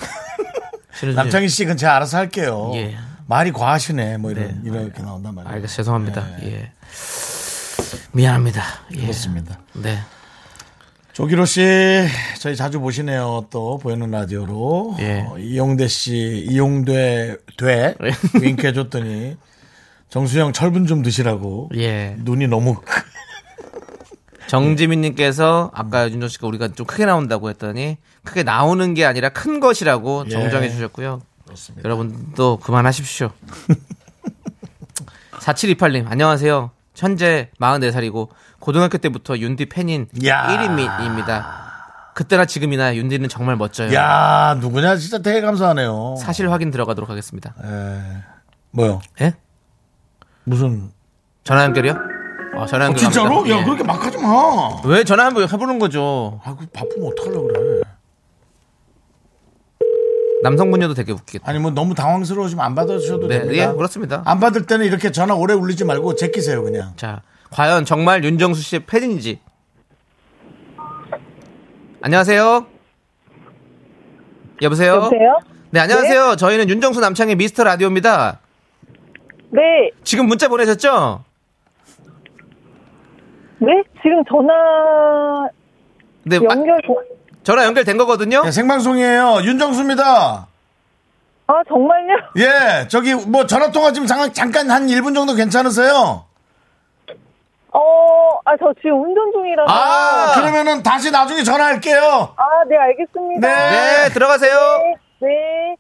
남창희 씨 그건 제가 알아서 할게요.
예.
말이 과하시네. 뭐 이런 이렇게 나온단 말이에요.
알겠 죄송합니다.
네.
예. 미안합니다. 예.
그렇습니다.
네.
조기로 씨 저희 자주 보시네요. 또 보이는 라디오로
예.
어, 이용대 씨 이용돼 돼 윙크해 줬더니 정수영 철분 좀 드시라고.
예.
눈이 너무
정지민님께서 아까 윤정 씨가 우리가 좀 크게 나온다고 했더니 크게 나오는 게 아니라 큰
예.
것이라고 정정해 주셨고요. 여러분도 그만하십시오. 4728님, 안녕하세요. 현재 44살이고 고등학교 때부터 윤디 팬인
야.
1인입니다. 그때나 지금이나 윤디는 정말 멋져요.
야 아, 누구냐 진짜 되게 감사하네요.
사실 확인 들어가도록 하겠습니다.
뭐요?
예?
무슨
전화 연결이요? 어, 전화 연결.
진짜로?
갑니다.
야
예.
그렇게 막 하지 마.
왜 전화 한번 해보는 거죠?
아, 그 바쁘면 어떡하려고 그래.
남성분녀도 되게 웃기겠다.
아니, 뭐 너무 당황스러우시면 안 받아주셔도
네,
됩니다.
예, 그렇습니다.
안 받을 때는 이렇게 전화 오래 울리지 말고 제끼세요, 그냥.
자, 과연 정말 윤정수 씨의 팬인지. 안녕하세요. 여보세요.
여보세요?
네, 안녕하세요. 저희는 윤정수 남창의 미스터 라디오입니다.
네,
지금 문자 보내셨죠?
네? 지금 전화
네, 마-
아, 연결,
전화 연결된 거거든요.
예, 생방송이에요. 윤정수입니다.
아, 정말요?
예, 저기 뭐 전화통화 지금 잠깐, 잠깐 한 1분 정도 괜찮으세요?
어, 아, 저 지금 운전 중이라서.
아,
그러면은 다시 나중에 전화할게요.
아, 네, 알겠습니다.
네, 들어가세요.
네, 네.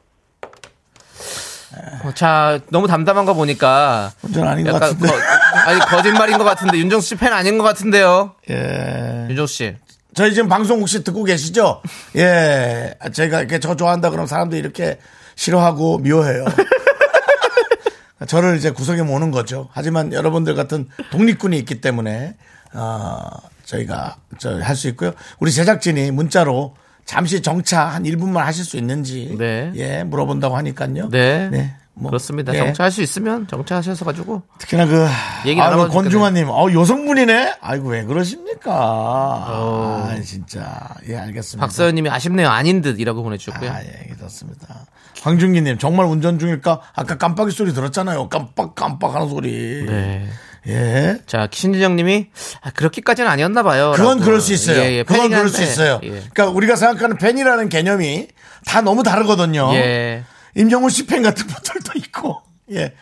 어, 자, 너무 담담한 거 보니까
운전 아닌 것
약간
같은데.
거, 아니 거짓말인 것 같은데 윤정수 씨 팬 아닌 것 같은데요.
예.
윤정수 씨.
저희 지금 방송 혹시 듣고 계시죠? 예. 제가 이렇게 저 좋아한다 그러면 사람들이 이렇게 싫어하고 미워해요. 저를 이제 구석에 모는 거죠. 하지만 여러분들 같은 독립군이 있기 때문에 어, 저희가 할 수 있고요. 우리 제작진이 문자로 잠시 정차 한 1분만 하실 수 있는지
네.
예, 물어본다고 하니까요.
네.
뭐,
그렇습니다.
예.
정차할 수 있으면 정차하셔서 가지고
특히나 그
얘기
아,
나눠보니까
권중환님, 어 여성분이네. 아이고 왜 그러십니까? 아, 진짜 예 알겠습니다.
박서연님이 아쉽네요. 아닌 듯이라고 보내주셨고요.
아, 예, 그렇습니다. 황준기님, 정말 운전 중일까? 아까 깜빡이 소리 들었잖아요. 깜빡, 깜빡 하는 소리.
네.
예.
자, 신진영님이 아, 그렇게까지는 아니었나 봐요.
그건
라고.
그럴 수 있어요.
예, 예,
그건
팬이긴
그럴 수
한데.
있어요.
예.
그러니까 우리가 생각하는 팬이라는 개념이 다 너무 다르거든요.
예.
임영웅 씨 팬 같은 분들도 있고, 예.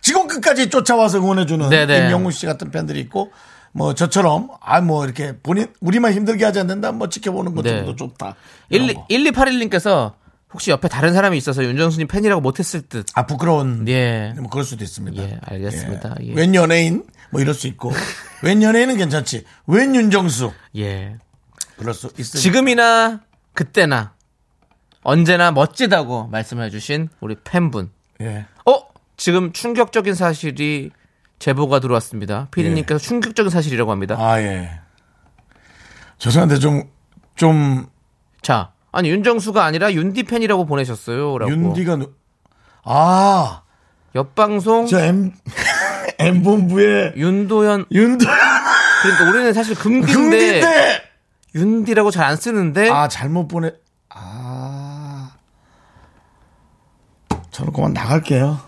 지금 끝까지 쫓아와서 응원해주는
네네.
임영웅 씨 같은 팬들이 있고, 뭐 저처럼, 아, 뭐 이렇게 본인, 우리만 힘들게 하지 않는다, 뭐 지켜보는 것도
네.
좋다. 이런
1,
거.
1281님께서 혹시 옆에 다른 사람이 있어서 윤정수님 팬이라고 못했을 듯.
아, 부끄러운.
예.
뭐 그럴 수도 있습니다.
예, 알겠습니다. 예.
웬 연예인 뭐 이럴 수 있고 웬 연예인은 괜찮지. 웬 윤정수
예.
그럴 수 있습니다.
지금이나 그때나 언제나 멋지다고 말씀해주신 우리 팬분.
예.
어? 지금 충격적인 사실이 제보가 들어왔습니다. 피디님께서
예.
충격적인 사실이라고 합니다.
아 예. 죄송한데 좀 좀
자, 아니 윤정수가 아니라 윤디 팬이라고 보내셨어요라고.
윤디가 누... 아,
옆 방송
저 M M 본부의
윤도현
윤도
그러니까 우리는 사실 금기인데,
금디 때.
윤디라고 잘 안 쓰는데
아 잘못 보내. 아. 저는 그만 나갈게요.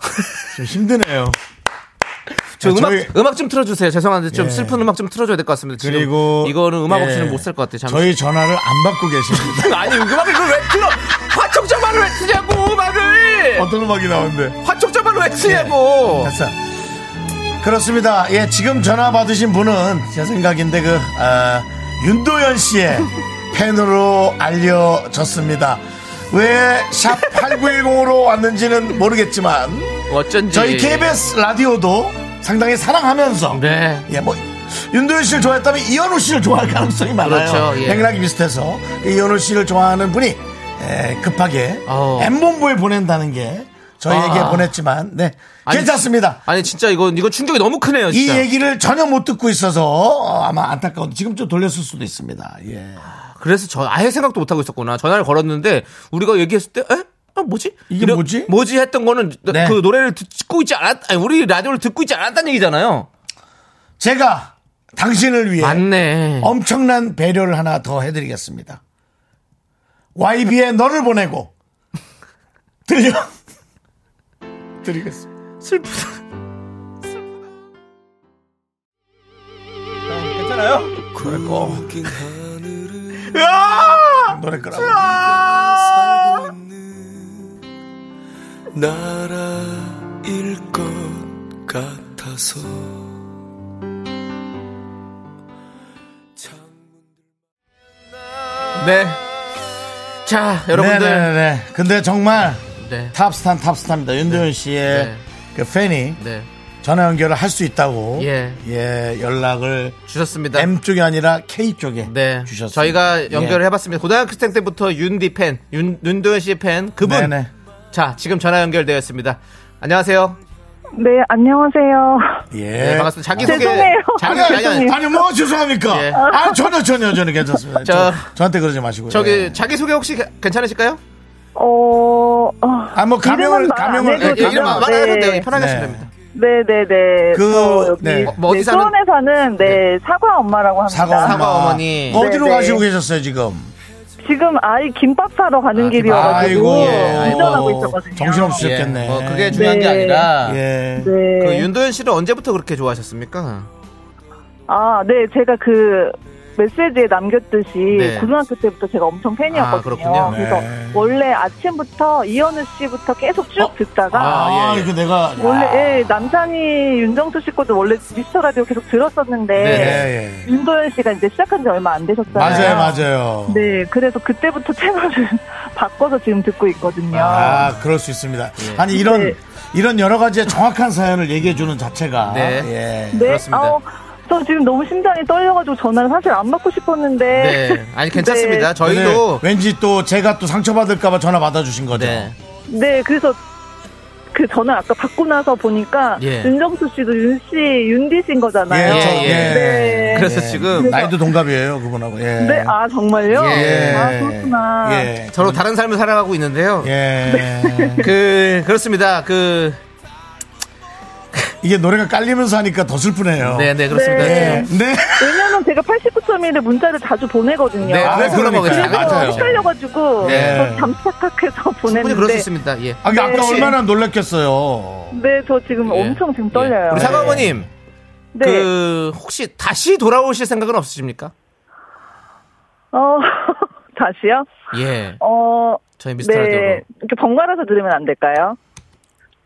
좀 힘드네요.
저
자,
음악
저희-
음악 좀 틀어주세요. 죄송한데 좀
예.
슬픈 음악 좀 틀어줘야 될 것 같습니다. 지금
그리고
이거는 음악
예.
없이는 못 살 것 같아요. 잠시.
저희 전화를 안 받고 계십니다.
아니 음악을 이걸 왜 틀어? 화촉점화를 왜 치냐고 음악을
어떤 예. 음악이 나오는데?
화촉점화를 왜 치냐고.
됐어. 그렇습니다. 예, 지금 전화 받으신 분은 제 생각인데 그 아, 윤도현 씨의 팬으로 알려졌습니다. 왜 샵 8910으로 왔는지는 모르겠지만
어쩐지
저희 KBS 라디오도 상당히 사랑하면서
네.
예, 뭐 윤도현 씨를 좋아했다면 이현우 씨를 좋아할 가능성이 많아요.
그렇죠, 예.
맥락이 비슷해서 그 이현우 씨를 좋아하는 분이 예. 에, 급하게
어.
M 본부에 보낸다는 게 저희에게
아.
보냈지만 네
아니,
괜찮습니다.
아니 진짜 이건 이건 충격이 너무 크네요.
이
진짜.
얘기를 전혀 못 듣고 있어서 어, 아마 안타까운 지금 좀 돌렸을 수도 있습니다. 예.
그래서 저 아예 생각도 못 하고 있었구나. 전화를 걸었는데 우리가 얘기했을 때, 에? 아 뭐지?
이게
이런-
뭐지?
뭐지 했던 거는
네.
그 노래를 듣고 있지 않았, 아니 우리 라디오를 듣고 있지 않았다는 얘기잖아요.
제가 당신을 위해
맞네.
예. 어? 엄청난 배려를 하나 더 해드리겠습니다. YB에 너를 보내고 들려 드리겠습니다.
슬프다.
그리고 야! 노래 끄라고
나라일 것 같아서
네. 자 여러분들.
네네네 근데 정말
네.
탑스탄 탑스타입니다 윤도현 씨의
네.
그 팬이
네.
전화 연결을 할 수 있다고
예.
예, 연락을
주셨습니다.
M 쪽이 아니라 K 쪽에
네.
주셨습니다 예.
저희가 연결을 해봤습니다. 고등학생 때부터 윤디 팬, 윤, 윤도현 씨의 팬, 그분.
네네.
자, 지금 전화 연결되었습니다. 안녕하세요.
네, 안녕하세요.
예.
네, 반갑습니다. 자기소개.
죄송해요.
자기,
아니,
아니,
아니,
아니,
아니, 아니, 뭐, 죄송합니까?
예.
아, 전혀, 전혀, 전혀 괜찮습니다.
저-
저, 저한테 그러지 마시고요.
저기,
예.
자기소개 혹시 괜찮으실까요?
어, 어,
아, 뭐, 감형을,
이름은 말안
감형을.
해도
예,
네,
예, 이름
네.
말안 해도 돼요. 편하게
네.
하시면 됩니다.
네네네.
그,
저 여기
네.
뭐 어디
네,
사는-
수원에 사는 네, 사과 엄마라고 합니다.
사과,
사과 어머니.
뭐 어디로
네, 네.
가시고 계셨어요, 지금?
지금 아이 김밥 사러 가는
아,
길이어가지고
아이고,
예, 아이고.
운전하고 있었거든요.
정신없으셨겠네.
예, 뭐 그게 중요한 게
네.
아니라.
예.
네.
그 윤도현 씨를 언제부터 그렇게 좋아하셨습니까?
아, 네, 제가 그 메시지에 남겼듯이
네.
고등학교 때부터 제가 엄청 팬이었거든요.
아, 그렇군요.
그래서
네.
원래 아침부터 이현우 씨부터 계속 쭉 듣다가
아,
어? 아, 예, 예.
이거 내가. 야.
원래 예, 남산이 윤정수 씨 것도 원래 미스터 라디오 계속 들었었는데
예,
네.
예.
윤도현 씨가 이제 시작한 지 얼마 안 되셨잖아요.
맞아요, 맞아요.
네, 그래서 그때부터 채널을 바꿔서 지금 듣고 있거든요.
아, 그럴 수 있습니다.
예.
아니, 이런,
네.
이런 여러 가지의 정확한 사연을 얘기해주는 자체가.
네.
예.
네,
그렇습니다.
어,
아우, 저 지금 너무 심장이 떨려가지고 전화를 사실 안 받고 싶었는데.
네. 아니, 괜찮습니다. 네. 저희도.
근데 왠지 또 제가 또 상처받을까봐 전화 받아주신 거죠.
네.
네, 그래서 그 저는 아까 받고 나서 보니까
예.
윤정수 씨도 윤 씨, 윤디 씨인 거잖아요.
예, 예.
네.
그래서 지금
나이도 동갑이에요 그분하고. 예.
네, 아 정말요?
예.
아 그렇구나.
예.
저로 다른 삶을 살아가고 있는데요.
네.
예.
그 그렇습니다. 그
이게 노래가 깔리면서 하니까 더
어.
슬프네요.
네, 네, 그렇습니다.
네.
네.
네.
왜냐면 제가 89.1에 문자를 자주 보내거든요.
네,
아,
그래서 그런
그러니까요.
거겠죠.
그래서
맞아요.
헷갈려가지고
네.
어,
저 잠시 착각해서
충분히 그럴 수
보냈는데
있습니다. 예.
아, 아까
네.
얼마나 놀랐겠어요.
네, 저 지금
예.
엄청 지금
예.
떨려요.
우리 사과모님,
네.
그 혹시 다시 돌아오실 생각은 없으십니까?
어, 다시요?
예.
어,
저희 미스터
네.
라디오로.
이렇게 번갈아서 들으면 안 될까요?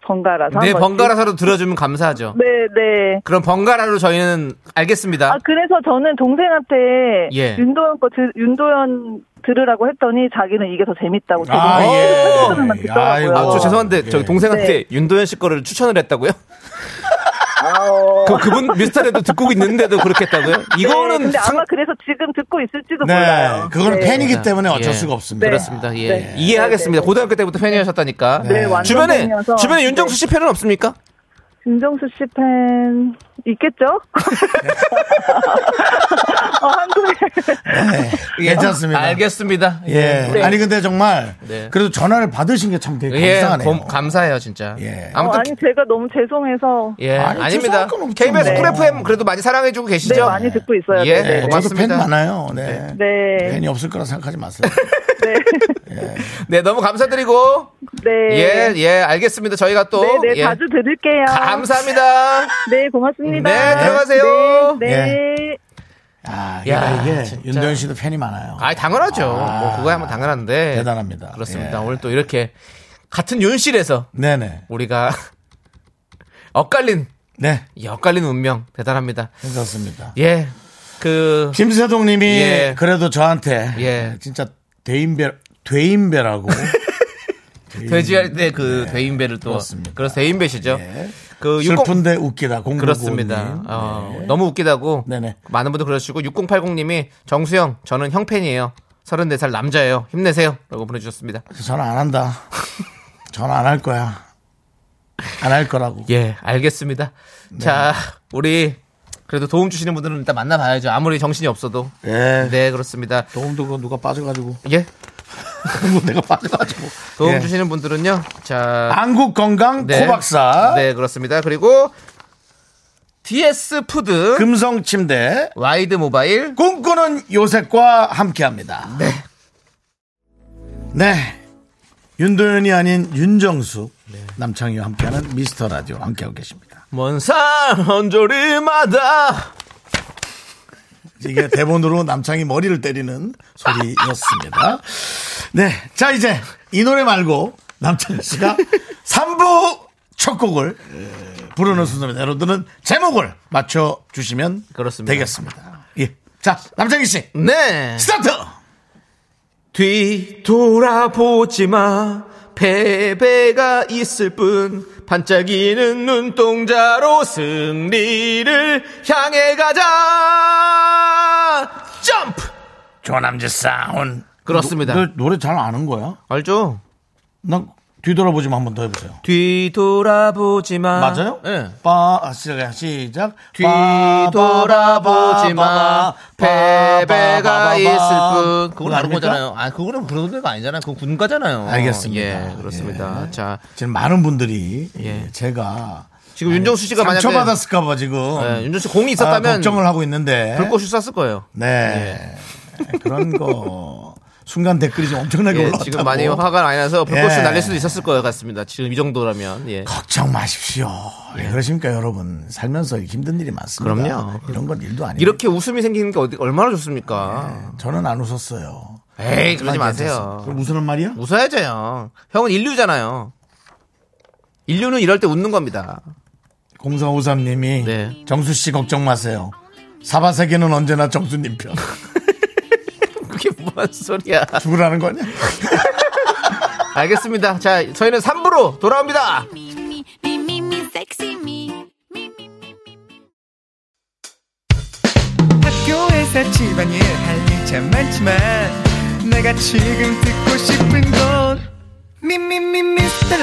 번갈아서.
네,
한 번씩?
번갈아서로 들어주면 감사하죠.
네, 네.
그럼 번갈아로 저희는 알겠습니다.
아, 그래서 저는 동생한테
예.
윤도현 거, 들- 윤도현 들으라고 했더니 자기는 이게 더 재밌다고.
아,
저도
예.
만
아이고.
듣더라고요.
아, 저 죄송한데 저희 동생한테
네.
윤도현 씨 거를 추천을 했다고요?
아오.
그 그분 미스터라도 듣고 있는데도 그렇게 했다고요?
네,
이거는
근데
상...
아마 그래서 지금 듣고 있을지도
네.
몰라요.
그거는
네.
팬이기 때문에 어쩔
예.
수가 없습니다.
그렇습니다. 예.
네.
이해하겠습니다.
네, 네.
고등학교 때부터 팬이셨다니까.
네, 완전
주변에
팬이어서.
주변에 윤정수
네.
씨 팬은 없습니까?
윤정수 씨 팬 있겠죠? 어, 한국에
네. 괜찮습니다.
알겠습니다.
예.
네.
아니 근데 정말
네.
그래도 전화를 받으신 게 참 되게
예,
감사하네요.
고- 감사해요 진짜.
예.
어,
아무튼
아니 제가 너무 죄송해서
예,
아니,
아닙니다
죄송할 건 없죠,
KBS
뭐.
쿨 FM 그래도 많이 사랑해주고 계시죠?
네, 많이 듣고 있어요.
예.
네,
예,
네.
저도 팬
고맙습니다.
많아요. 네.
네.
팬이 없을 거라 생각하지 마세요.
네.
네, 너무 감사드리고
네.
예, 예, 알겠습니다. 저희가 또
네, 네,
예.
자주 들을게요.
감사합니다.
네, 고맙습니다.
네, 들어가세요.
네. 네.
아,
야,
그러니까 이게
진짜.
예. 윤도현 씨도 팬이 많아요.
아, 당연하죠. 뭐 그거야 뭐 당연한데
대단합니다.
그렇습니다.
예.
오늘 또 이렇게 같은 윤실에서
네네.
우리가 엇갈린
네.
이 엇갈린 운명 대단합니다.
괜찮습니다.
예, 그
김세동 님이
예.
그래도 저한테
예.
진짜 대인배, 돼인배라고.
돼지할 때 그 대인배를 또
네, 그렇습니다.
그래서 대인배시죠.
예.
그 육공-
슬픈데 웃기다. 공부
그렇습니다. 어,
네.
너무 웃기다고
네네.
많은 분들 그러시고 6080님이 정수영 저는 형팬이에요. 34살 남자예요. 힘내세요. 라고 보내주셨습니다.
전화 안 한다. 전화 안 할 거야. 안 할 거라고.
예, 알겠습니다.
네.
자, 우리 그래도 도움 주시는 분들은 일단 만나봐야죠. 아무리 정신이 없어도.
예.
네, 그렇습니다.
도움도 그거 누가 빠져가지고.
예,
내가 빠져가지고.
도움
예.
주시는 분들은요. 자,
안국 건강
네.
코박사.
네, 그렇습니다. 그리고 DS 푸드,
금성 침대.
와이드 모바일,
꿈꾸는 요셉과 함께합니다. 네. 윤도현이 아닌 윤정수 남창희와 함께하는 미스터 라디오 함께하고 계십니다.
먼산 언저리마다.
이게 대본으로 남창희 머리를 때리는 소리였습니다. 네. 자, 이제 이 노래 말고 남창희 씨가 3부 첫 곡을 에, 부르는 순서대로 드는 제목을 맞춰주시면
그렇습니다.
되겠습니다. 예. 자, 남창희 씨,
네.
스타트!
뒤돌아보지 마. 패배가 있을 뿐 반짝이는 눈동자로 승리를 향해 가자. 점프.
조남지 사운.
그렇습니다.
노, 노래 잘 아는 거야?
알죠?
난 뒤돌아보지만 한 번 더 해보세요.
뒤돌아보지 마.
맞아요?
예.
빠, 아, 시작, 시작.
뒤돌아보지 마.
빠바바바바,
패배가
빠바바바바.
있을 뿐. 그건 다른
아닙니까?
거잖아요. 아, 그거는 그런 데가 아니잖아요. 그건 군가잖아요.
알겠습니다.
예, 그렇습니다.
예.
자,
지금 많은 분들이
예.
제가
지금 윤정수 씨가 만약에
상처받았을까봐 지금
예, 윤정수 공이
아,
있었다면
걱정을 하고 있는데
불꽃이 쐈을 거예요.
네 그런 거 순간 댓글이 지금 엄청나게
예,
올라왔다고
지금 많이 화가 많이 나서 불꽃이
네, 예.
날릴 수도 있었을 것 같습니다. 지금 이 정도라면. 예.
걱정 마십시오. 왜 그러십니까 여러분 살면서 힘든 일이 많습니다.
그럼요.
이런 건 일도 아니에요.
이렇게 웃음이 생기는 게 어디, 얼마나 좋습니까?
저는 안 웃었어요.
에이, 그러지
하지만
마세요.
괜찮습니다. 그럼 웃으란 말이야?
웃어야죠. 형. 형은 인류잖아요. 인류는 이럴 때 웃는 겁니다.
0453님이
네.
정수 씨 걱정 마세요. 사바세계는 언제나 정수님 편.
그게 뭔 소리야.
죽으라는 거냐?
알겠습니다. 자, 저희는 3부로 돌아옵니다.
me, me, me, me, sexy me.
학교에서 집안일 할 일 참 많지만 내가 지금 듣고 싶은 건 미미미 미스터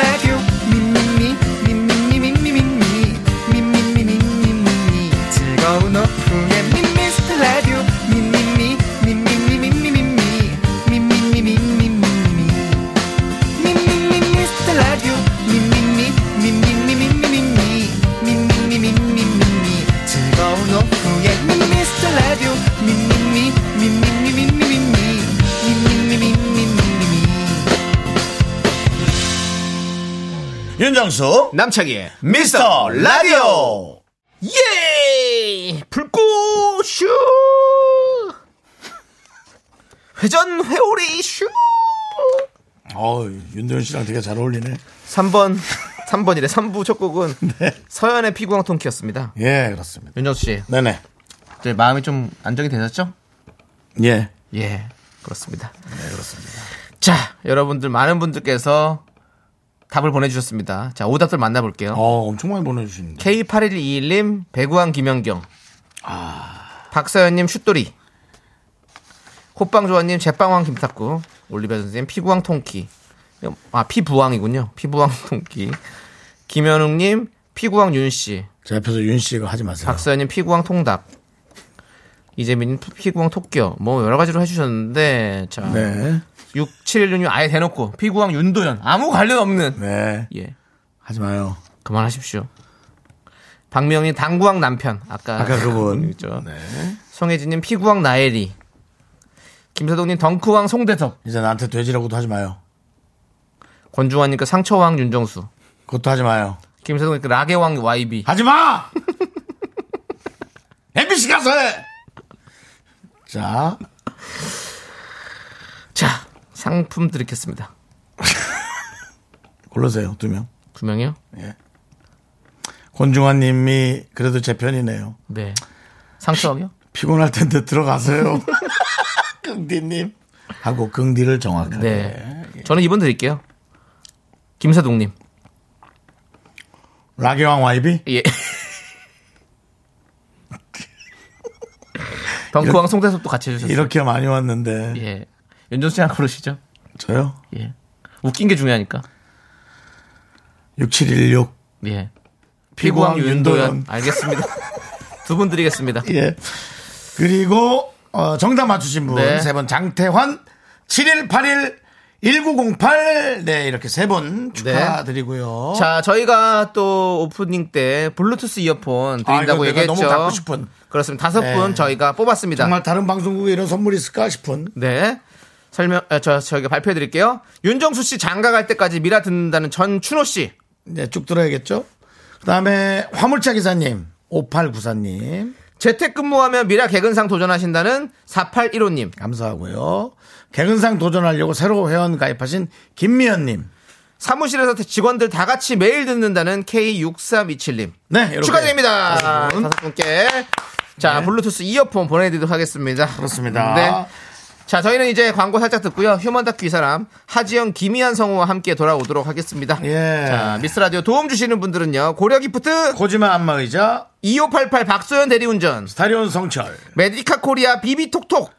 윤정수
남창희의
미스터 라디오
예! 불꽃 슈! 회전 회오리 슈!
어 윤도현 씨랑 되게 잘 어울리네
3번, 3번이래. 3부 첫 곡은
네.
서연의 피구왕 통키였습니다.
예 그렇습니다
윤정수 씨,
네네
이제 마음이 좀 안정이 되셨죠?
예
예, 그렇습니다. 네, 그렇습니다. 자, 여러분들, 많은 분들께서 답을 보내주셨습니다. 자, 오답들 만나볼게요.
어, 엄청 많이 보내주시는데
K8121님, 배구왕 김연경. 박서연님, 슛돌이. 호빵조아님, 제빵왕 김탁구. 올리베 선생님, 피구왕 통키. 아, 피부왕이군요. 피부왕 통키. 김현웅님, 피구왕 윤씨.
제 앞에서 윤 씨가 하지 마세요
박서연님, 피구왕 통답. 이재민님, 피구왕 토끼요. 뭐, 여러 가지로 해주셨는데, 자.
네.
6716님 아예 대놓고, 피구왕 윤도현. 아무 관련 없는.
네
예.
하지 마요
그만하십시오. 박명희 당구왕 남편. 아까,
아까 그분
있죠.
네.
송혜진님 피구왕 나엘이. 김사동님 덩크왕 송대섭.
이제 나한테 돼지라고도 하지 마요
권중환님 상처왕 윤정수.
그것도 하지 마요
김사동님 라게왕 YB.
하지 마! MBC 가서 해! 자,
자 상품 드리겠습니다.
골라세요, 두 명.
두 명이요?
권중환 님이 그래도 제 편이네요.
네. 상처왕이요?
피곤할 텐데 들어가세요. 긍디님. 하고 긍디를 정확하게.
네. 저는 이번 드릴게요. 김사동님.
라게왕 YB?
예. 덩크왕 송대섭도 같이 해주셨어요.
이렇게 많이 왔는데.
예. 윤정수 씨랑 그러시죠?
저요?
예. 웃긴 게 중요하니까.
6716.
예.
피구왕
피구왕
윤도현.
윤도현. 알겠습니다. 두 분 드리겠습니다.
예. 그리고, 어, 정답 맞추신 분.
네.
세 분. 장태환, 7181, 1908. 네, 이렇게 세 분 축하드리고요.
네. 자, 저희가 또 오프닝 때 블루투스
아,
이어폰
이거
드린다고
내가
얘기했죠.
너무 갖고 싶은.
그렇습니다. 다섯
네.
분 저희가 뽑았습니다.
정말 다른 방송국에 이런 선물이 있을까 싶은
네. 설명, 아, 저, 저희가 발표해 드릴게요. 윤정수 씨 장가 갈 때까지 미라 듣는다는 전춘호 씨.
네, 쭉 들어야겠죠. 그다음에 화물차 기사님, 5894님
재택근무하며 미라 개근상 도전하신다는 4815님.
감사하고요. 개근상 도전하려고 새로 회원 가입하신 김미연님.
사무실에서 직원들 다 같이 매일 듣는다는 K6327님.
네, 이렇게
축하드립니다.
다섯 분. 네.
다섯 분께. 자, 블루투스 이어폰 보내드리도록 하겠습니다. 네.
그렇습니다.
자, 저희는 이제 광고 살짝 듣고요. 휴먼 다큐 이 사람, 하지영, 김희한 성우와 함께 돌아오도록 하겠습니다.
예.
자, 미스 라디오 도움 주시는 분들은요. 고려 기프트,
코지마 안마의자,
2588 박소연 대리운전,
스타리온 성철,
메디카 코리아 비비톡톡,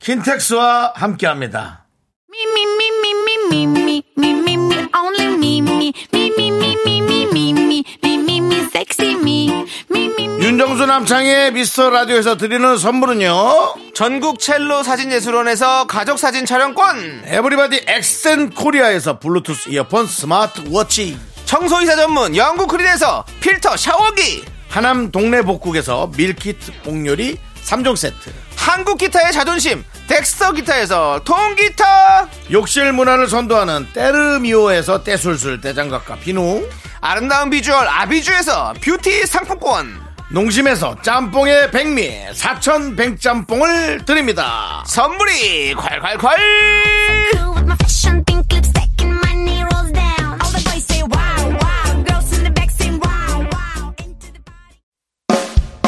킨텍스와 함께합니다.
Me, me, me, me, me, me, me, me, me, me, only me, me, me, me, me, me, me, me, me, me, me, me, sexy me, me, me, me.
윤정수 남창의 미스터 라디오에서 드리는 선물은요.
전국 첼로 사진예술원에서 가족사진 촬영권,
에브리바디 엑센 코리아에서 블루투스 이어폰 스마트워치.
청소이사 전문 영국 크린에서 필터 샤워기,
하남 동네 복국에서 밀키트 복요리 3종 세트.
한국 기타의 자존심, 덱스터 기타에서 통기타,
욕실 문화를 선도하는 때르미오에서 때술술 대장갑과 비누
아름다운 비주얼 아비주에서 뷰티 상품권
농심에서 짬뽕의 백미 사천 백짬뽕을 드립니다
선물이 콸콸콸
Cool with my fashion, pink lipstick and my knee rolls down. All the boys say wow, wow. Girls in the back say wow, wow. Into the party.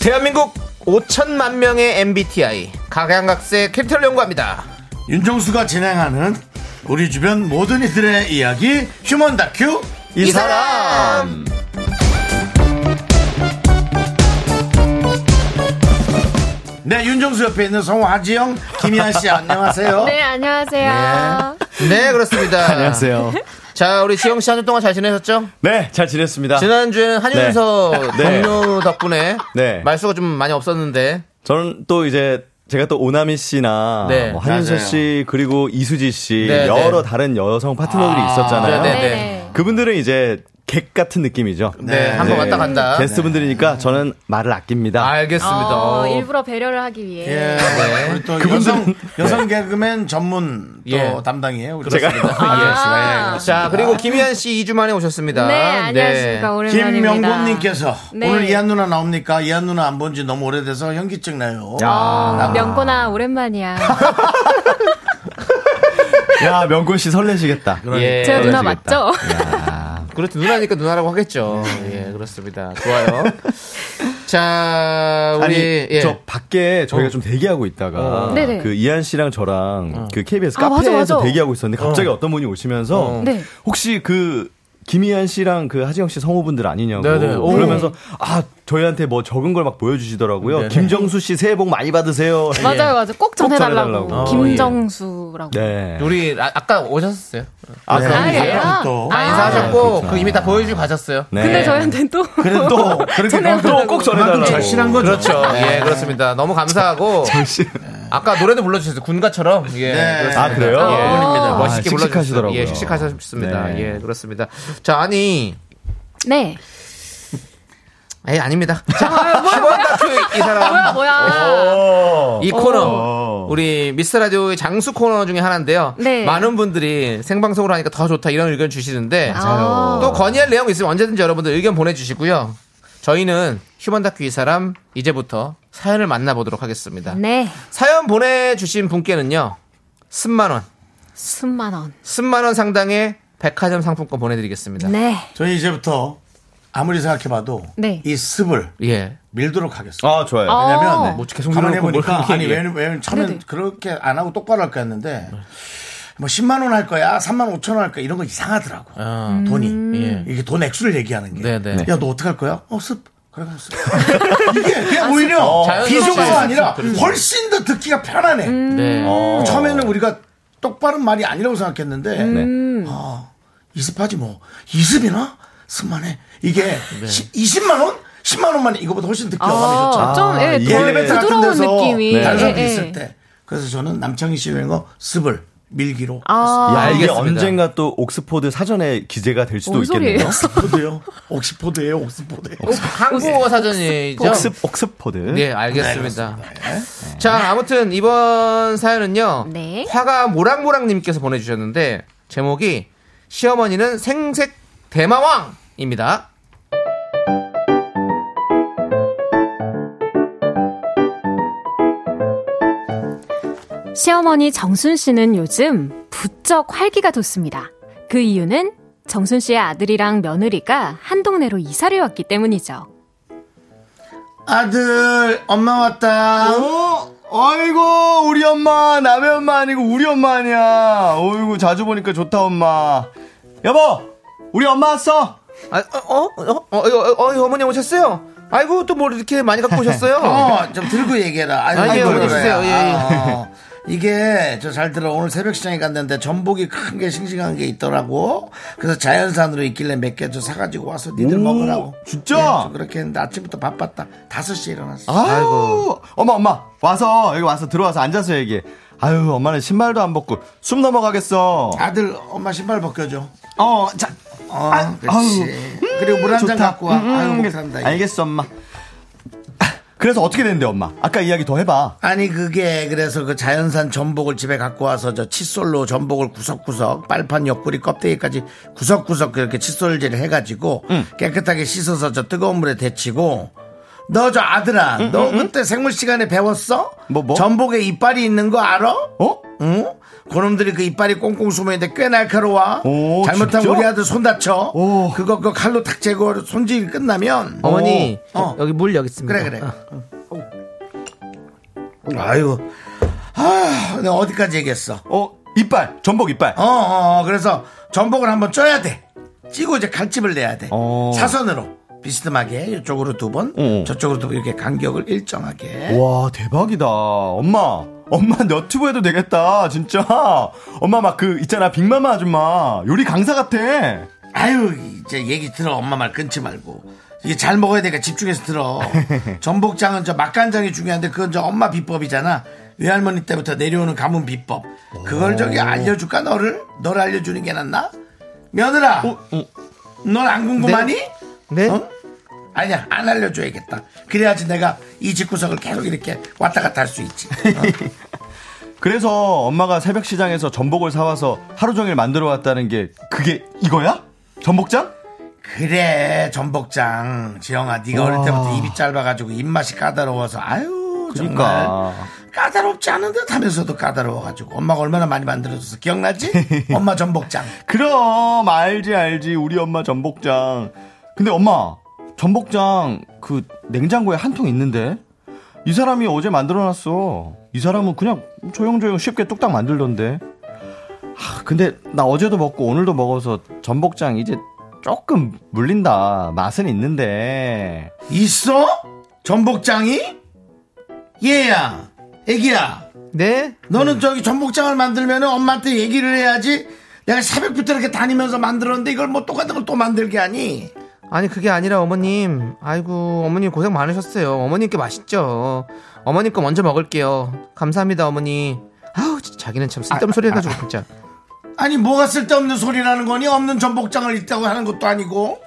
대한민국 5천만 명의 MBTI 각양각색 캐릭터를 연구합니다
윤정수가 진행하는 우리 주변 모든 이들의 이야기 휴먼 다큐
이 사람
네 윤정수 옆에 있는 성우 하지영 김희아씨 안녕하세요
네, 안녕하세요.
네 그렇습니다
안녕하세요.
자 우리 지영씨 한 주 동안 잘 지내셨죠?
네, 잘 지냈습니다.
지난주에는 한윤서
네.
동료 덕분에
네.
말수가 좀 많이 없었는데
저는 또 이제 제가 또 오나미 씨나
네,
뭐 한윤서
맞아요.
씨 그리고 이수지 씨
네,
여러
네.
다른 여성 파트너들이
네,
있었잖아요.
네, 네.
네.
그분들은 이제 객 같은 느낌이죠.
네, 한번 왔다 네. 간다.
게스트분들이니까 저는 말을 아낍니다.
알겠습니다.
어, 일부러 배려를 하기 위해.
예.
네.
우리 또 여성 여성 개그맨 전문 또
예.
담당이에요. 우리
제가-
박수입니다.
예.
아.
자, 그리고 김희한 씨 2주 만에 오셨습니다.
네, 안녕하십니까. 오랜만입니다.
김명곤님께서
네.
오늘 이한 누나 나옵니까? 이한 누나 안 본 지 너무 오래돼서 현기증 나요.
어, 명곤아, 오랜만이야.
야, 명곤 씨 설레시겠다.
그러니까.
예.
제가 누나
그러시겠다.
맞죠?
야, 그렇죠. 누나니까 누나라고 하겠죠.
네.
예, 그렇습니다. 좋아요. 자, 우리
아니,
예. 어.
저 밖에 저희가 좀 대기하고 있다가
네네.
그 이한 씨랑 저랑 그 KBS
아, 맞아,
카페에서
맞아.
대기하고 있었는데 갑자기 어. 떤 분이 오시면서
어.
네.
혹시 그 김희한 씨랑 그 하지영 씨 성우분들 아니냐고
네네. 오.
그러면서 아 저희한테 뭐 적은 걸 막 보여주시더라고요.
네,
김정수 씨 새해 복 많이 받으세요.
맞아요, 맞아요. 꼭 전해달라고.
전해달라고. 어,
김정수라고.
네.
우리 아, 아까 오셨었어요.
아,
그럼
아,
이제
예.
또.
아, 인사하셨고 그 이미 다 보여주고 가셨어요.
네.
근데
음.
저희한테 또.
그래도 또 그렇게
전해달라고.
그만큼-
꼭 전해달라고.
그만큼 절실한 거죠.
그렇죠.
네.
예, 그렇습니다. 너무 감사하고 아까 노래도 불러주셨어요. 군가처럼. 예,
네.
그렇습니다.
아, 그래요?
예,
아,
멋있게 불러주셨어요.
씩씩하시더라고요.
예, 씩씩하셨습니다.
네.
예, 그렇습니다. 자, 아니.
네.
에 아닙니다. 자, 뭐야, 이 사람.
뭐야, 뭐야.
어.
이 코너 우리 미스 라디오의 장수 코너 중에 하나인데요.
네.
많은 분들이 생방송으로 하니까 더 좋다 이런 의견 주시는데
맞아요.
또 건의할 내용 있으면 언제든지 여러분들 의견 보내주시고요. 저희는 휴먼 다큐 이 사람 이제부터 사연을 만나보도록 하겠습니다.
네.
사연 보내주신 분께는요. 10만 원,
10만원.
10만 원 상당의 백화점 상품권 보내드리겠습니다.
네.
저희 이제부터 아무리 생각해봐도
네.
이 습을
예.
밀도록 하겠습니다.
아 좋아요.
왜냐면
어.
네.
뭐 계속
가만히
밀어놓고
보니까
뭘 이렇게
아니
얘기해.
왜냐면 왜냐면 처음엔
네네.
그렇게 안 하고 똑바로 할까 했는데 뭐 10만 원 할 거야, 3만 5천 원 할 거야 이런 거 이상하더라고.
아,
돈이
예.
이게 돈 액수를 얘기하는 게.
네네.
야 너 어떻게 할 거야? 어 습. 그래 그럼 습. 이게 그냥 오히려
아, 어. 자연스럽게
비교가
습,
아니라
습, 그렇죠.
훨씬 더 듣기가 편하네.
네.
처음에는 우리가 똑바른 말이 아니라고 생각했는데 아, 이습하지 뭐 이습이나 습만해 이게
네.
시- 20만 원? 10만 원만에 이거보다 훨씬 듣기 어감이 좋죠.
아, 좀, 예,
이
더
엘리베이터 같은
부드러운 느낌이.
다른
예,
사람들
예.
네. 있을 때 그래서 저는 남창희 씨의 거 습을 밀기로
아,
야, 이게
알겠습니다.
언젠가 또 옥스포드 사전에 기재가 될 수도
뭔
있겠네요.
소리예요?
옥스포드요 옥스포드예요 옥스포드
한국어 사전이죠.
옥스 옥스포드.
네, 알겠습니다. 자, 아무튼 이번 사연은요.
네.
화가 모랑모랑님께서 보내주셨는데 제목이 시어머니는 생색 대마왕입니다.
시어머니 정순 씨는 요즘 부쩍 활기가 돋습니다. 그 이유는 정순 씨의 아들이랑 며느리가 한 동네로 이사를 왔기 때문이죠.
아들 엄마 왔다
어? 아이고 우리 엄마 남의 엄마 아니고 우리 엄마 아니야. 어이구 자주 보니까 좋다 엄마. 여보 우리 엄마 왔어.
아, 어, 어, 어, 어, 이거, 어, 이거 어머니 오셨어요? 아이고 또 뭘 이렇게 많이 갖고 오셨어요?
어좀 들고 얘기해라 아니,
아, 예,
아이고,
어머니
그래.
주세요. 예, 예.
아, 이게 저 잘 들어 오늘 새벽 시장에 갔는데 전복이 큰 게 싱싱한 게 있더라고 그래서 자연산으로 있길래 몇 개 좀 사가지고 와서 니들
오,
먹으라고
진짜?
예, 저 그렇게 했는데 아침부터 바빴다 5시에 일어났어
아이고 엄마 엄마 와서 여기 와서 들어와서 앉아서 얘기해. 아유 엄마는 신발도 안 벗고 숨 넘어가겠어.
아들 엄마 신발 벗겨줘
어 자.
어,
아,
그렇지.
아유,
그리고 물 한 잔
좋다. 음,
갖고 와. 아유, 못 산다. 이거.
알겠어 엄마. 아, 그래서 어떻게 됐는데 엄마? 아까 이야기 더 해봐.
아니 그게 그래서 그 자연산 전복을 집에 갖고 와서 저 칫솔로 전복을 구석구석 빨판 옆구리 껍데기까지 구석구석 그렇게 칫솔질을 해가지고 깨끗하게 씻어서 저 뜨거운 물에 데치고 너 저 아들아 너 그때 생물 시간에 배웠어?
뭐, 뭐?
전복에 이빨이 있는 거 알아?
어?
응? 그놈들이 그 이빨이 꽁꽁 숨어있는데 꽤 날카로워.
오,
잘못하면
진짜?
우리 아들 손 다쳐.
오.
그거 그 칼로 탁 제거 손질 끝나면
어머니,
어.
여기 물 여기 있습니다. 어.
그래 그래. 아유, 아, 내가 어디까지 얘기했어?
어 이빨 전복 이빨.
어, 어, 어, 그래서 전복을 한번 쪄야 돼. 찌고 이제 칼집을 내야 돼.
어.
사선으로 비스듬하게 이쪽으로 두 번,
어.
저쪽으로 두 번 이렇게 간격을 일정하게.
와 대박이다 엄마 엄마 너튜브 해도 되겠다 진짜 엄마 막 그 있잖아 빅마마 아줌마 요리 강사 같아
아유, 이제 얘기 들어 엄마 말 끊지 말고. 이게 잘 먹어야 되니까 집중해서 들어. 전복장은 저 맛간장이 중요한데 그건 저 엄마 비법이잖아. 외할머니 때부터 내려오는 가문 비법. 그걸 저기 알려줄까 너를? 너를 알려주는 게 낫나? 며느라. 넌 안 궁금하니?
네.
어? 아니야, 안 알려줘야겠다. 그래야지 내가 이 집구석을 계속 이렇게 왔다 갔다 할 수 있지.
그래서 엄마가 새벽 시장에서 전복을 사와서 하루 종일 만들어 왔다는 게 그게 이거야? 전복장?
그래, 전복장. 지영아, 네가
와.
어릴 때부터 입이 짧아가지고 입맛이 까다로워서, 아유, 정말. 까다롭지 않은 듯 하면서도 까다로워가지고. 엄마가 얼마나 많이 만들어줘서 기억나지? 엄마 전복장.
그럼 알지 알지 우리 엄마 전복장. 근데 엄마 전복장 그 냉장고에 한 통 있는데 이 사람이 어제 만들어놨어. 이 사람은 그냥 조용조용 쉽게 뚝딱 만들던데. 하, 근데 나 어제도 먹고 오늘도 먹어서 전복장 이제 조금 물린다. 맛은 있는데
있어? 전복장이? 얘야, 애기야.
네?
너는 저기 전복장을 만들면 엄마한테 얘기를 해야지. 내가 새벽부터 이렇게 다니면서 만들었는데 이걸 뭐 똑같은 걸 또 만들게 하니?
아니 그게 아니라 어머님 아이고 어머님 고생 많으셨어요 어머님께 맛있죠 어머님 거 먼저 먹을게요 감사합니다 어머니 아우 아, 진짜 자기는 참 쓸데없는 소리 해가지고 진짜
아니 뭐가 쓸데없는 소리라는 거니? 없는 전복장을 있다고 하는 것도 아니고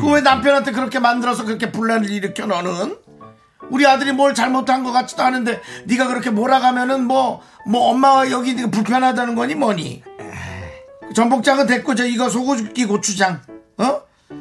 그 왜 남편한테 그렇게 만들어서 그렇게 분란을 일으켜 너는? 우리 아들이 뭘 잘못한 것 같지도 않은데 네가 그렇게 몰아가면은 뭐 뭐 엄마가 여기 네가 불편하다는 거니 뭐니? 전복장은 됐고 저 이거 소고기 고추장 어?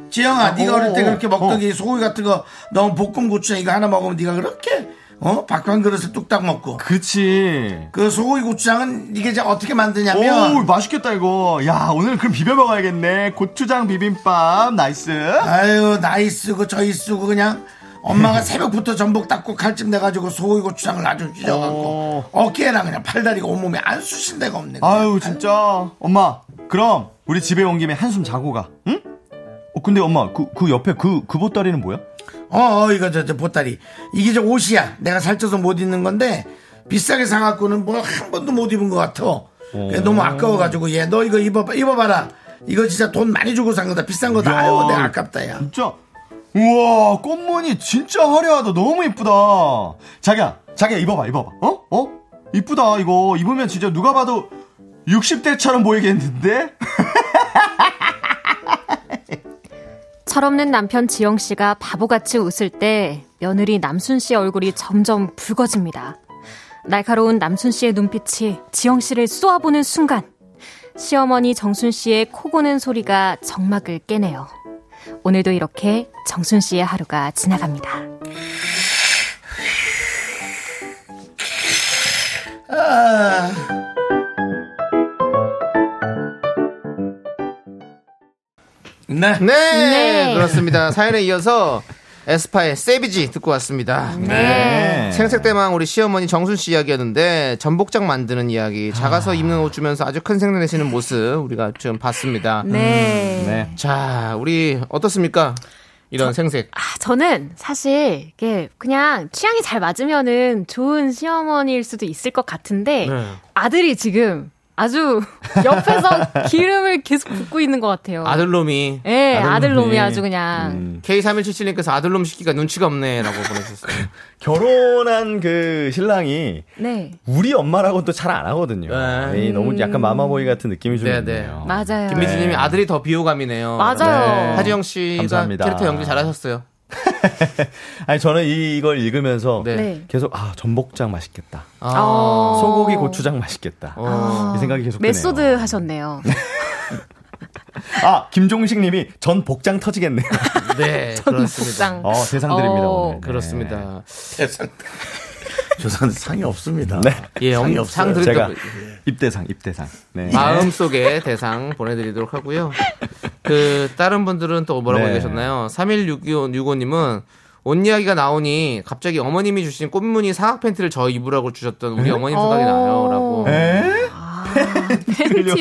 지영아 네가 어릴 때 그렇게 먹던 게 소고기 같은 거 너무 볶음 고추장 이거 하나 먹으면 네가 그렇게 어? 밥한 그릇을 뚝딱 먹고
그치.
그 소고기 고추장은 이게 이제 어떻게 만드냐면
오 맛있겠다 이거. 야 오늘 그럼 비벼 먹어야겠네. 고추장 비빔밥 나이스.
아유 나이 쓰고 저이 쓰고 그냥 엄마가 새벽부터 전복 닦고 칼집 내가지고 소고기 고추장을 아주 찢어갖고 어깨랑 그냥 팔다리가 온몸에 안 쑤신 데가 없네 그냥.
아유 진짜 엄마 그럼 우리 집에 온 김에 한숨 자고 가 응? 어, 근데 엄마 그, 그 옆에 그, 그 보따리는 뭐야?
어, 어, 이거 저, 저 보따리 이게 저 옷이야 내가 살쪄서 못 입는 건데 비싸게 사갖고는 뭐 한 번도 못 입은 것 같아 그래서 너무 아까워가지고 얘 너 이거 입어봐 입어봐라 이거 진짜 돈 많이 주고 산 거다 비싼 거다 아유 내가 아깝다 야
진짜 우와 꽃무늬 진짜 화려하다 너무 이쁘다 자기야 자기야 입어봐 입어봐 어? 어? 이쁘다 이거 입으면 진짜 누가 봐도 60대처럼 보이겠는데?
철없는 남편 지영 씨가 바보같이 웃을 때 며느리 남순 씨의 얼굴이 점점 붉어집니다. 날카로운 남순 씨의 눈빛이 지영 씨를 쏘아보는 순간 시어머니 정순 씨의 코 고는 소리가 정막을 깨네요. 오늘도 이렇게 정순 씨의 하루가 지나갑니다.
네
네,
네.
그렇습니다 사연에 이어서 에스파의 세비지 듣고 왔습니다
네
생색대망 우리 시어머니 정순 씨 이야기였는데 전복장 만드는 이야기 작아서 입는 옷 주면서 아주 큰 생내 내시는 모습 우리가 좀 봤습니다
네.
네.
자 우리 어떻습니까 이런 생색
아, 저는 사실 이게 그냥 취향이 잘 맞으면은 좋은 시어머니일 수도 있을 것 같은데
네.
아들이 지금 아주 옆에서 기름을 계속 붓고 있는 것 같아요.
아들놈이
예, 아들놈이
아들놈이.
아주 그냥
음. K3177님께서 아들놈 시키가 눈치가 없네라고 보내셨어요.
결혼한 그 신랑이
네
우리 엄마라고는 또 잘 안 하거든요
네.
이 너무 약간 마마보이 같은 느낌이 좀
네,
있네요
맞아요.
김미진님이 아들이 더 비호감이네요.
맞아요.
하지영 씨가
감사합니다.
캐릭터 연기 잘하셨어요.
아니 저는 이, 이걸 읽으면서
네.
네.
계속 아 전복장 맛있겠다
아,
어.
소고기 고추장 맛있겠다
어.
이 생각이 계속 드네요.
메소드 하셨네요.
아 김종식님이 전복장 터지겠네요
네, 그렇습니다.
복장.
어 세상 드립니다
어.
오늘 네.
그렇습니다.
조사한테 상이 없습니다
예,
상이
엄-
없어요
상 예. 드릴
네. 제가
때
입대상 입대상 네.
마음 속의 대상 보내드리도록 하고요. 그 다른 분들은 또 뭐라고
네.
얘기하셨나요? 3165님은 옷 이야기가 나오니 갑자기 어머님이 주신 꽃무늬 상악 팬티를 저 입으라고 주셨던 우리 어머님 생각이
어.
나요라고.
에?
팬티를.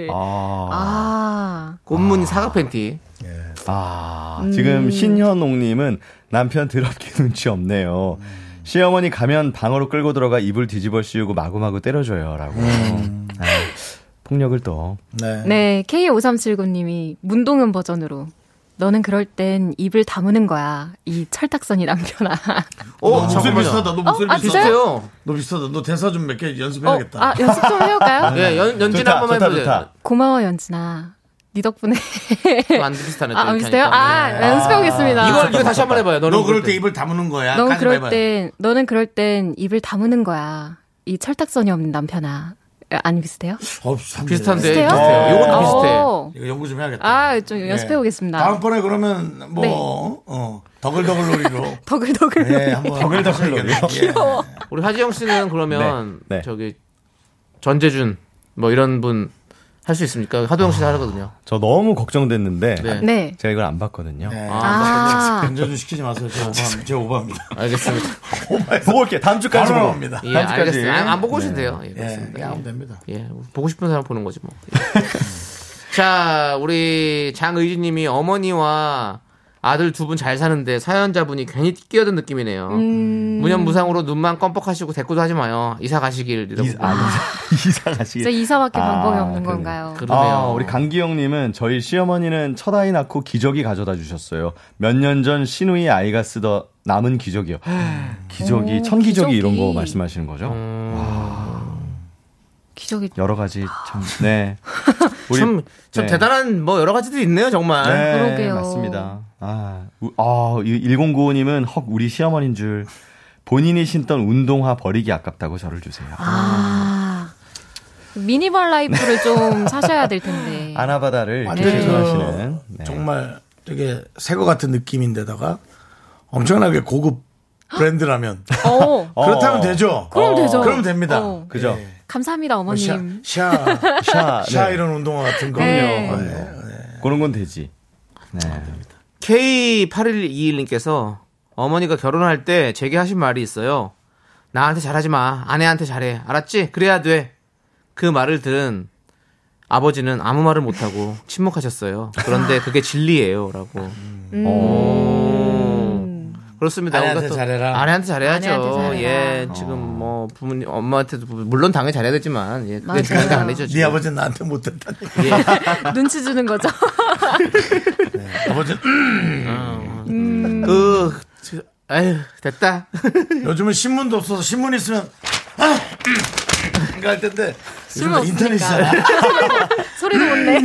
네? 아,
그, 아.
꽃무늬 사각 팬티.
아,
음.
지금 신현옥님은 남편 드럽게 눈치 없네요 시어머니 가면 방으로 끌고 들어가 이불 뒤집어 씌우고 마구마구 때려줘요라고
음.
아, 폭력을 또
네.
네, K5379님이 문동은 버전으로 너는 그럴 땐 입을 다무는 거야. 이 철딱선이 남편아.
오,
목소리 비슷하다 너 목소리
어? 아,
비슷하다
진짜요?
어, 비슷해요.
너 비슷하다 너 대사 좀 몇 개
어,
연습해야겠다
아, 연습 좀 해볼까요?
예, 연, 연진
좋다,
한 번만
좋다,
해보세요.
좋다.
고마워, 연진아.
네 덕분에.
안 비슷하네. 또
아,
이렇게
비슷해요?
하니까.
아, 네, 연습해보겠습니다.
이걸, 이거 다시 한번 해봐요. 너는
너 그럴 때 입을 다무는 거야.
넌
까지
그럴
말해봐요.
땐, 너는 그럴 땐 입을 다무는 거야. 이 철딱선이 없는 남편아. 아, 안 비슷해요?
어,
비슷한데
비슷해요?
아, 비슷해요. 요것도
어.
비슷해.
이거 연구 좀 해야겠다.
아, 좀
예.
연습해보겠습니다.
다음번에 그러면 뭐
네.
어, 더글더글 놀이로
더글더글. 네.
예, 한번
더글더글 놀이.
해보겠네. 예.
우리 하지영 씨는 그러면
네.
저기 전재준 뭐 이런 분 할 수 있습니까? 하도영
아.
씨도 하거든요.
저 너무 걱정됐는데
네.
네.
제가 이걸 안 봤거든요.
아.
전재준 시키지 마세요. 제가 오버합니다. 제가 오버합니다.
알겠습니다.
보고 올게. 다음 주까지
바로
보고.
옵니다.
예,
다음 주까지. 네.
알겠어요. 안, 안 보고 오셔도 돼요. 예,
예,
그렇습니다.
예, 하면 됩니다.
예, 보고 싶은 사람 보는 거지 뭐. 예. 자, 우리 장의진님이 어머니와 아들 두 분 잘 사는데 사연자분이 괜히 끼어든 느낌이네요. 무념무상으로 눈만 껌뻑하시고 대꾸도 하지 마요. 이사 가시길. 이러고.
아,
아,
이사 가시게.
진짜 이사밖에
아,
방법이 없는
그러네.
건가요?
그러네요.
아, 우리 강기영님은 저희 시어머니는 첫 아이 낳고 기저귀 가져다 주셨어요. 몇 년 전 시누이 아이가 쓰던 남은 기저귀요. 기저귀,
오,
천기저귀 이런 거
기저귀.
말씀하시는 거죠?
어.
기적이.
여러 가지 참, 네. 우리-
참, 참
네.
대단한 뭐 여러 가지들이 있네요, 정말.
네,
그러게요.
맞습니다. 아, 우- 아, 1095님은 헉, 우리 시어머니인 줄 본인이 신던 운동화 버리기 아깝다고 저를 주세요.
아. 미니멀 라이프를 좀 사셔야 될
예.
텐데.
아나바다를
완전히
되게 좋아하시는.
그
네.
정말 되게 새거 같은 느낌인데다가 엄청나게 고급 브랜드라면
어.
그렇다면 되죠.
그럼 되죠.
그럼 됩니다.
어.
그죠?
감사합니다,
뭐 샤,
어머님.
샤,
샤, 네.
샤 이런 운동화 같은 거.
네.
네.
그런 건 되지. 네.
K8121님께서 어머니가 결혼할 때 제게 하신 말이 있어요. 나한테 잘하지 마. 아내한테 잘해. 알았지? 그래야 돼. 그 말을 들은 아버지는 아무 말을 못하고 침묵하셨어요. 그런데 그게 진리예요. 라고.
음.
어. 오. 그렇습니다.
음. 아내한테
그러니까 또
잘해라.
아내한테 잘해야죠.
아내한테 잘해라. 어.
예, 지금 뭐 부모님, 엄마한테도 물론 당연히 잘해야 되지만 예, 그게
맞아요.
중요한 게 아니죠.
네
지금.
아버지는 나한테 못했다니.
예.
눈치 주는 거죠.
아버지
그, 저, 아유 됐다.
요즘은 신문도 없어서 신문 있으면 아, 음, 갈 텐데 요즘은
쓸모없으니까.
인터넷 있잖아.
소리도 못 내.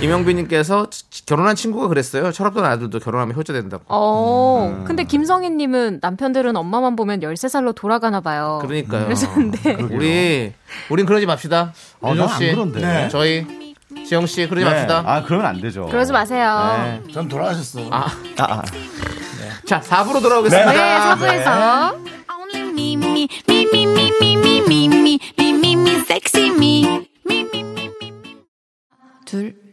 임영빈님께서 치- 치- 결혼한 친구가 그랬어요. 철없던 아들도 결혼하면 효자된다고.
어.
음.
근데 김성희님은 남편들은 엄마만 보면 13살로 돌아가나 봐요.
그러니까요.
어.
아,
그러셨는데.
우리 우린 그러지 맙시다.
아,
윤정
난안
씨,
그런데.
네.
저희 지영 씨 그러지
네.
맙시다.
아, 그러면 안 되죠.
그러지 마세요.
네.
전 돌아가셨어. 요
아, 아.
자, 4부로 돌아오겠습니다.
네, 사부에서.
네.
Only me, me, me, me, me, me, me, me, me, me, me, me, sexy me. Me, me, me, me, me.
둘,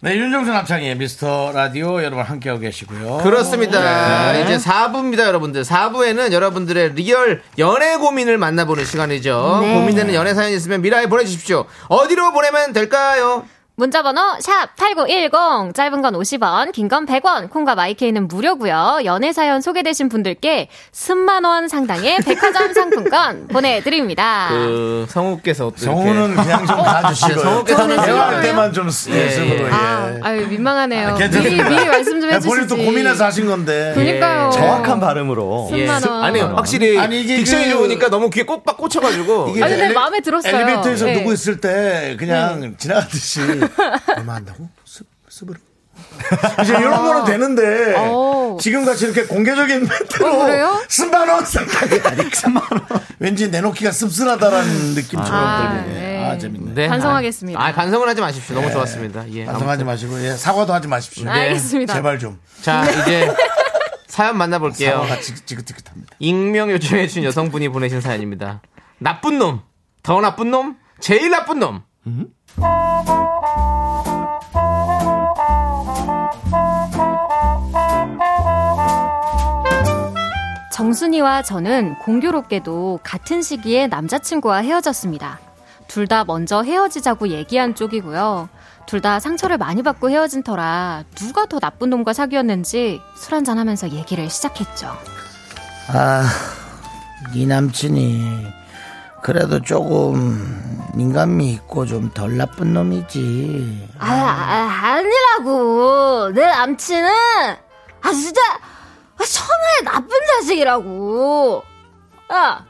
네, 윤정수 남창의 미스터 라디오 여러분 함께하고 계시고요.
그렇습니다.
네.
이제 4부입니다, 여러분들. 4부에는 여러분들의 리얼 연애 고민을 만나보는 시간이죠.
네.
고민되는 연애 사연 이 있으면 미라에 보내주십시오. 어디로 보내면 될까요?
문자번호 샵 8910 짧은 건 50원 긴 건 100원 콩과 마이케이는 무료고요 연애사연 소개되신 분들께 10만원 상당의 백화점 상품권
아.
보내드립니다
그 성우께서 또
정우는
이렇게
그냥 좀
아,
봐주시고요.
성우께서는
대화할
정우예요?
때만 좀 쓰- 예, 쓰므로. 예.
아, 아유, 민망하네요. 미리,
괜찮습니다.
미리 말씀 좀
야,
해주시지.
본인 또 고민해서 예. 하신 건데.
그러니까요.
정확한 발음으로.
예.
10만 원.
아니 확실히
아니, 이게
예. 딕션이
그-
좋으니까 너무 귀에 꼭 빡 꽂혀가지고 네.
이게
아니, 근데
엘리-
마음에 들었어요.
엘리베이터에서
네.
누구 있을 때 그냥 지나가듯이 얼마 한다고? 스- 스브르. 이제 이런
아.
거는 되는데
오.
지금 같이 이렇게 공개적인
어,
멘트로
그래요?
쓴만원 생각이 나니까 왠지 내놓기가 씁쓸하다라는 느낌처럼
아,
들리네.
네.
아 재밌네.
네.
반성하겠습니다.
아, 반성은 하지 마십시오. 너무 좋았습니다. 예.
반성하지
아무튼.
마시고 예, 사과도 하지 마십시오.
알겠습니다.
제발 좀.
자, 이제 사연 만나볼게요.
사과가 지- 지긋지긋합니다.
익명 요청해주신 여성분이 보내신 사연입니다. 나쁜 놈, 더 나쁜 놈, 제일 나쁜 놈.
정순이와 저는 공교롭게도 같은 시기에 남자친구와 헤어졌습니다. 둘 다 먼저 헤어지자고 얘기한 쪽이고요. 둘 다 상처를 많이 받고 헤어진 터라 누가 더 나쁜 놈과 사귀었는지 술 한잔 하면서 얘기를 시작했죠.
아, 네 남친이 그래도 조금 민감이 있고 좀 덜 나쁜 놈이지.
아, 아, 니라고내 남친은 아 진짜 아, 천하의 나쁜 자식이라고. 야,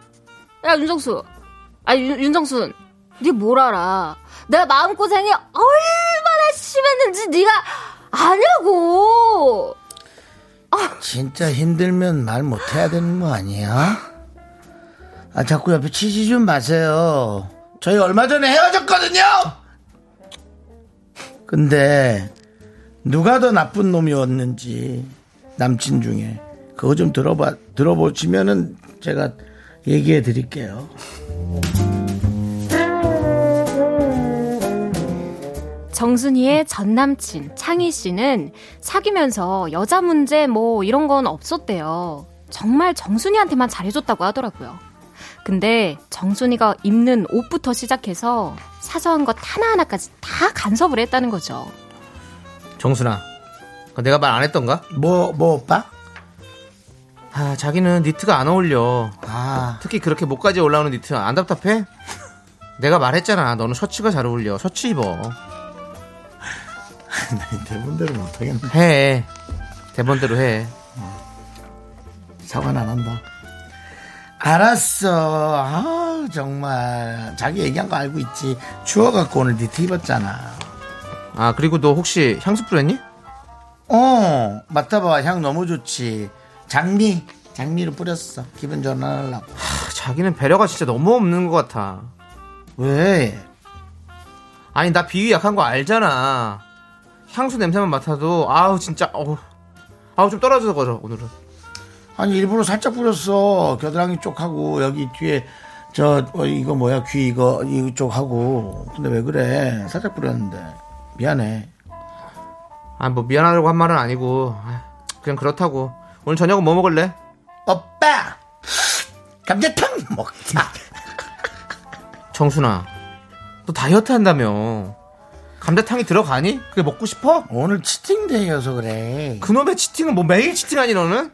야 윤정수, 아 윤, 윤정순, 네 뭘 알아? 내 마음 고생이 얼마나 심했는지 네가 아냐고.
진짜 힘들면 말 못해야 되는 거 아니야? 아, 자꾸 옆에 치지 좀 마세요. 저희 얼마 전에 헤어졌거든요! 근데, 누가 더 나쁜 놈이었는지, 남친 중에, 그거 좀 들어봐, 들어보시면은 제가 얘기해 드릴게요.
정순이의 전 남친 창희 씨는 사귀면서 여자 문제 뭐 이런 건 없었대요. 정말 정순이한테만 잘해줬다고 하더라고요. 근데 정순이가 입는 옷부터 시작해서 사소한 것 하나하나까지 다 간섭을 했다는 거죠.
정순아, 그거 내가 말 안 했던가?
뭐, 뭐, 오빠?
아, 자기는 니트가 안 어울려.
아.
특히 그렇게 목까지 올라오는 니트 안 답답해? 내가 말했잖아. 너는 셔츠가 잘 어울려. 셔츠 입어.
대본대로 못하겠네.
해. 대본대로 해.
사과는 안 한다. 알았어. 아 정말. 자기 얘기한 거 알고 있지. 추워갖고 오늘 니트 입었잖아.
아, 그리고 너 혹시 향수 뿌렸니?
어, 맡아봐. 향 너무 좋지. 장미. 장미로 뿌렸어. 기분 전환하려고.
아, 자기는 배려가 진짜 너무 없는 것 같아.
왜?
아니, 나 비위 약한 거 알잖아. 향수 냄새만 맡아도, 아우, 진짜, 어우. 아우, 좀 떨어져서 걸어, 오늘은.
아니, 일부러 살짝 뿌렸어. 겨드랑이 쪽하고, 여기 뒤에, 저, 어, 이거 뭐야, 귀 이거, 이쪽하고. 근데 왜 그래? 살짝 뿌렸는데. 미안해.
아, 뭐, 미안하다고 한 말은 아니고. 아, 그냥 그렇다고. 오늘 저녁은 뭐 먹을래?
오빠! 감자탕 먹자.
정순아, 너 다이어트 한다며. 감자탕이 들어가니? 그게 먹고 싶어?
오늘 치팅데이여서 그래.
그놈의 치팅은 뭐 매일 치팅하니 너는?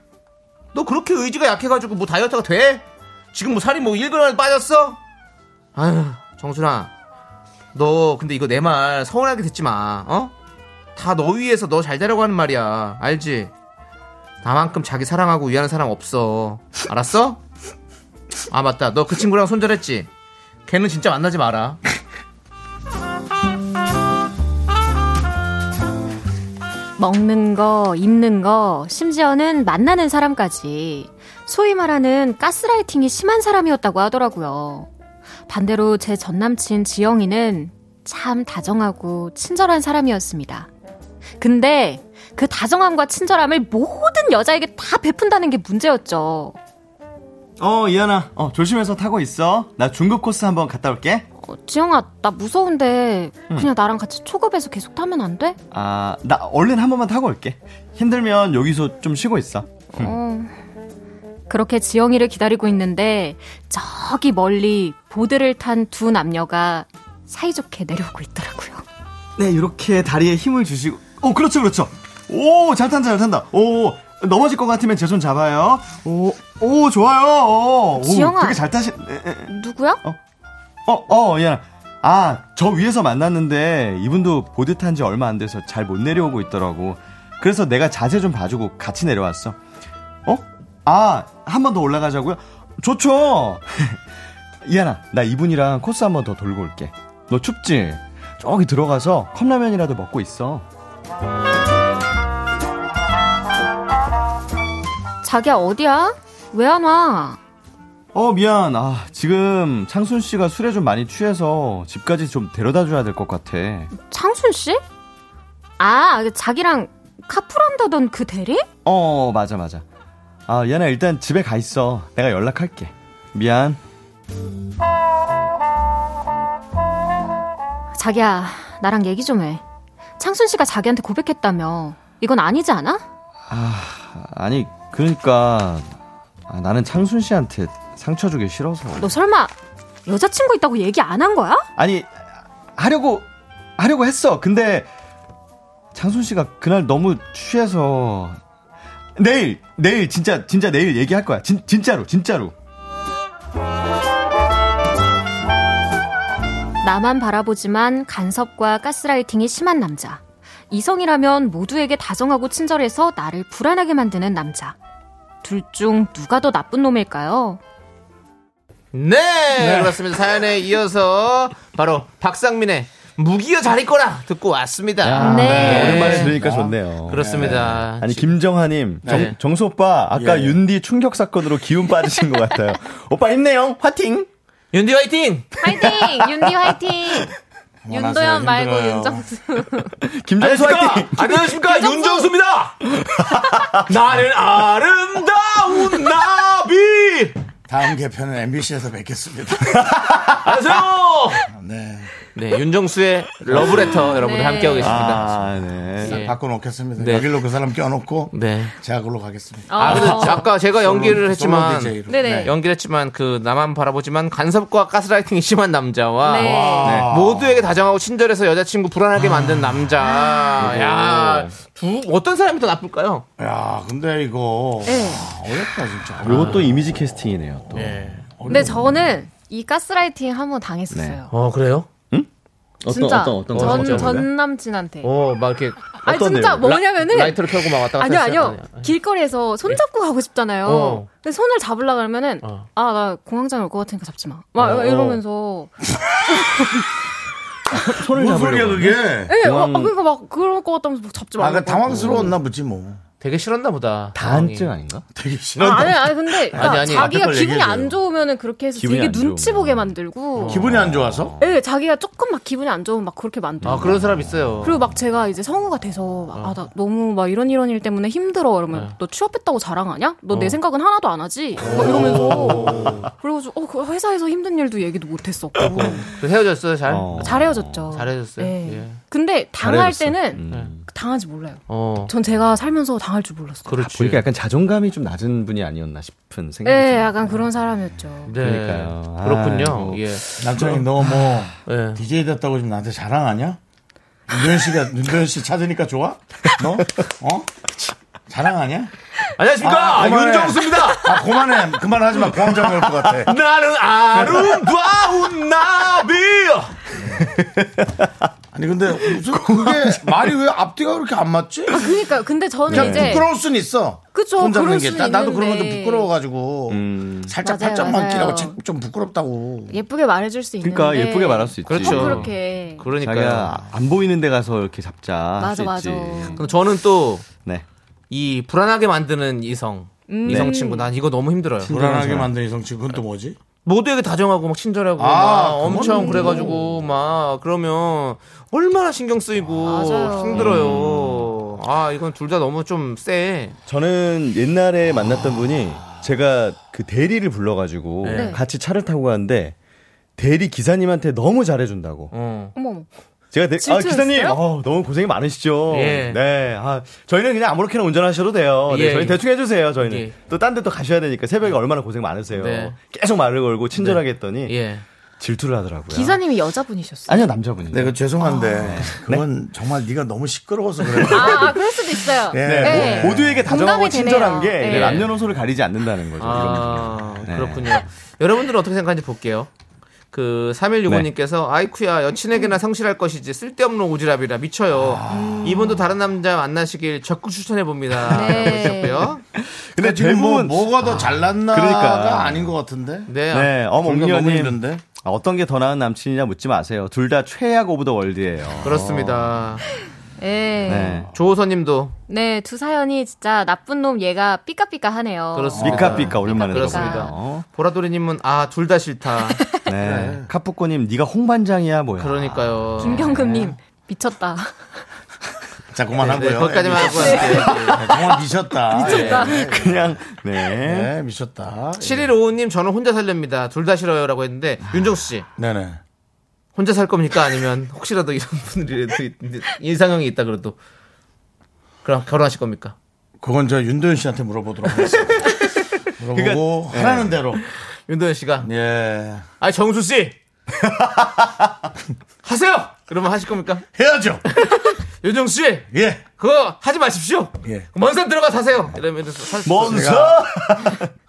너 그렇게 의지가 약해가지고 뭐 다이어트가 돼? 지금 뭐 살이 뭐 1g 빠졌어? 아휴, 정순아. 너 근데 이거 내 말 서운하게 듣지 마. 어? 다 너 위해서 너 잘 되라고 하는 말이야. 알지? 나만큼 자기 사랑하고 위하는 사람 없어. 알았어? 아 맞다. 너 그 친구랑 손절했지? 걔는 진짜 만나지 마라.
먹는 거, 입는 거, 심지어는 만나는 사람까지 소위 말하는 가스라이팅이 심한 사람이었다고 하더라고요. 반대로 제 전남친 지영이는 참 다정하고 친절한 사람이었습니다. 근데 그 다정함과 친절함을 모든 여자에게 다 베푼다는 게 문제였죠.
어, 이현아. 어, 조심해서 타고 있어. 나 중급 코스 한번 갔다 올게.
어, 지영아, 나 무서운데
응.
그냥 나랑 같이 초급에서 계속 타면 안 돼?
아, 나 얼른 한 번만 타고 올게. 힘들면 여기서 좀 쉬고 있어.
어. 그렇게 지영이를 기다리고 있는데 저기 멀리 보드를 탄 두 남녀가 사이좋게 내려오고 있더라고요.
네, 이렇게 다리에 힘을 주시고. 어, 그렇죠, 그렇죠. 오, 잘 탄다, 잘 탄다. 오, 넘어질 것 같으면 제 손 잡아요. 오, 오, 좋아요. 오,
지영아.
되게 잘 타시. 에, 에.
누구야?
어, 어, 야. 아, 저 위에서 만났는데 이분도 보드 탄 지 얼마 안 돼서 잘 못 내려오고 있더라고. 그래서 내가 자세 좀 봐주고 같이 내려왔어. 어? 아, 한 번 더 올라가자고요? 좋죠. 이하나, 나 이분이랑 코스 한 번 더 돌고 올게. 너 춥지? 저기 들어가서 컵라면이라도 먹고 있어.
자기야 어디야? 왜 안 와?
어, 미안. 아, 지금 창순 씨가 술에 좀 많이 취해서 집까지 좀 데려다 줘야 될 것 같아.
창순 씨? 아 자기랑 카풀한다던 그 대리?
어, 맞아, 맞아. 아, 얘나 일단 집에 가 있어. 내가 연락할게. 미안.
자기야 나랑 얘기 좀 해. 창순 씨가 자기한테 고백했다며. 이건 아니지 않아?
아, 아니, 그러니까. 아, 나는 창순 씨한테 상처 주기 싫어서.
너 설마 여자친구 있다고 얘기 안 한 거야?
아니, 하려고, 하려고 했어. 근데, 창순 씨가 그날 너무 취해서. 내일 내일 진짜 진짜 내일 얘기할 거야. 진, 진짜로 진짜로.
나만 바라보지만 간섭과 가스라이팅이 심한 남자. 이성이라면 모두에게 다정하고 친절해서 나를 불안하게 만드는 남자. 둘 중 누가 더 나쁜 놈일까요?
네, 그렇습니다. 사연에 이어서 바로 박상민의 무기여 잘 있거라 듣고 왔습니다.
오랜만에 들으니까 좋네요.
네. 그렇습니다.
아니 김정하님, 정,
네.
정수 오빠 아까 윤디 충격 사건으로 기운 빠지신 것 같아요. 오빠 힘내요, 화팅.
윤디 화이팅.
화이팅! 윤디 화이팅! 윤도현 말고
힘들어요.
윤정수.
김정수 화이팅.
안녕하십니까 윤정수입니다. 나는 아름다운 나비.
다음 개편은 MBC에서 뵙겠습니다.
안녕하세요.
네.
네, 윤정수의 러브레터 여러분들 함께하고 계십니다.
아, 네.
예.
바꿔놓겠습니다.
네.
여기로 그 사람 껴놓고
네.
제가 그걸로 가겠습니다.
아, 근데 아까 제가
솔로,
연기를
솔로
했지만
DJ 로.
네, 연기를 했지만 그 나만 바라보지만 간섭과 가스라이팅이 심한 남자와
네.
아.
와.
모두에게 다정하고 친절해서 여자친구 불안하게 만든 남자.
아.
야, 두 어떤 사람이 더 나쁠까요?
네. 야, 근데 이거
네.
아, 어렵다 진짜.
이것도 이미지 캐스팅이네요. 또.
근데 저는 이 가스라이팅 한 번 당했었어요.
어, 그래요?
응?
진짜 전,
가스라이팅을
전 남친한테.
어, 막 이렇게
아니 진짜 뭐냐면은
라, 이터를 켜고 막 왔다 갔다
아니요
했어요?
아니요
네.
길거리에서
예.
손 잡고 가고 싶잖아요.
어.
근데 손을 잡으려 그러면은
어.
아 나 공항장에 올 것 같으니까 잡지 마. 막
어.
이러면서
손을 아,
무슨 소리야 그게?
예, 어, 아, 그러니까 막 그럴 것 같다면서 막 잡지 마.
아, 그 당황스러웠나 보지 뭐.
되게 싫었나 보다.
다한증 아닌가?
되게 싫었나.
아, 니 아니 근데 그러니까
아니, 아니,
자기가
앞에 걸
기분이
얘기해줘요.
안 좋으면은 그렇게 해서
기분이
되게
안 좋으면. 어.
눈치 보게 만들고
기분이 안 좋아서?
예, 자기가 조금 막 기분이 안 좋으면 막 그렇게 만들고.
아, 그런 사람 있어요.
그리고 막 제가 이제 성우가 돼서 아 나 너무 막 이런 이런 일 때문에 힘들어 이러면 너 취업했다고 자랑하냐? 너 내
어.
생각은 하나도 안 하지? 막 이러면서 그리고 좀, 어, 그 회사에서 힘든 일도 얘기도 못 했었고
그래서 헤어졌어요, 잘?
잘 헤어졌죠.
잘해줬어요.
예.
예.
근데 당할
잘해줬어.
때는 당한지 몰라요.
어.
전 제가 살면서 당할 줄 몰랐어요.
그렇지.
아, 보니까 약간 자존감이 좀 낮은 분이 아니었나 싶은 생각이.
예, 약간 그런 사람이었죠.
네.
그러니까요. 아,
그렇군요.
아이고.
예.
남창이 너뭐 DJ 됐다고 지금 나한테 자랑하냐? 윤도현 씨가 윤도현 씨 찾으니까 좋아? 너? 어? 자랑하냐?
안녕하십니까.
그만해.
윤정수입니다.
아 그만해 그만하지 마 공황장애 올것 같아.
나는 아름다운 나비.
아니 근데 무슨 그게 말이 왜 앞뒤가 그렇게 안 맞지?
아, 그러니까 근데 저는
그냥
이제
부끄러울 순 있어.
그쵸,
손 잡는
그럴
게
순
나, 나도 그런 건 좀
있는데.
부끄러워가지고
음.
살짝
맞아요,
팔짝만
맞아요.
끼라고 자꾸 좀 부끄럽다고.
예쁘게 말해줄 수 있는데.
그러니까 예쁘게 말할 수 있지.
그렇죠. 그렇게.
그러니까요.
자기가 안 보이는 데 가서 이렇게 잡자. 할
맞아
수
맞아.
있지.
그럼 저는 또
네.
이 불안하게 만드는 이성.
음.
이성
네.
친구 난 이거 너무 힘들어요.
불안하게 만든 이성 친구 그건 또 뭐지?
모두에게 다정하고 막
아,
친절하고 막
그건
엄청
뭐.
그래가지고 막 그러면 얼마나 신경 쓰이고
맞아요.
힘들어요. 아 이건 둘 다 너무 좀 쎄.
저는 옛날에 만났던 분이 제가 그 대리를 불러가지고
네.
같이 차를 타고 가는데 대리 기사님한테 너무 잘해준다고.
어.
어머 어머.
제가 대, 아
질투했어요?
기사님 어, 너무 고생이 많으시죠.
예.
네. 아 저희는 그냥 아무렇게나 운전하셔도 돼요. 네,
예,
저희
예.
대충 해주세요. 저희는
예.
또 딴 데 또 가셔야 되니까
예.
새벽에 얼마나 고생 많으세요.
네.
계속 말을 걸고 친절하게 했더니
예.
질투를 하더라고요.
기사님이 여자분이셨어요.
아니요 남자분이.
내가 네, 그 죄송한데 그건 정말 네가 너무 시끄러워서 그래.
아 그럴 수도 있어요.
네.
네.
네.
모두에게 다정하고
공감이 되네요.
친절한 게
네.
남녀노소를 가리지 않는다는 거죠.
아,
네.
그렇군요. 여러분들은 어떻게 생각하는지 볼게요. 그 3165님께서 아이쿠야 여친에게나 성실할 것이지 쓸데없는 오지랖이라 미쳐요. 이분도 다른 남자 만나시길 적극 추천해 봅니다.
네.
라고 해주셨고요.
근데
지금 뭐
대부분
뭐가 더 잘났나가
그러니까.
아닌 것 같은데.
네.
네, 어머
둘다 너무
옹녀님
힘든데.
아, 어떤 게 더 나은 남친이냐 묻지 마세요. 둘 다 최악 오브 더 월드예요.
그렇습니다.
네.
네.
조호선님도
네, 두 사연이 진짜 나쁜 놈 얘가 삐까삐까하네요.
그렇습니다.
아,
삐까삐까 오랜만에
그렇습니다.
들어보네요.
보라돌이님은 아 둘 다 싫다.
네. 카푸코님 네가 홍반장이야 뭐야.
그러니까요.
김경근님 미쳤다.
자 그만
네,
하고요.
거기까지만
네,
하고 할게요.
미쳤- 정말 미쳤다. 미쳤다.
그냥 네.
네, 미쳤다.
7155님 저는 혼자 살렵니다. 둘 다 싫어요라고 했는데 윤정수 씨
네네.
혼자 살 겁니까? 아니면 혹시라도 이런 분들이라도 있- 이상형이 있다 그래도 그럼 결혼하실 겁니까?
그건 저 윤도현 씨한테 물어보도록 하겠습니다. 물어보고 하라는 대로.
윤도현 씨가
예.
아 정수 씨 하세요. 그러면 하실 겁니까?
해야죠.
윤정 씨,
예,
그거 하지 마십시오.
예.
먼산 들어가 사세요. 이러면서 사-
제가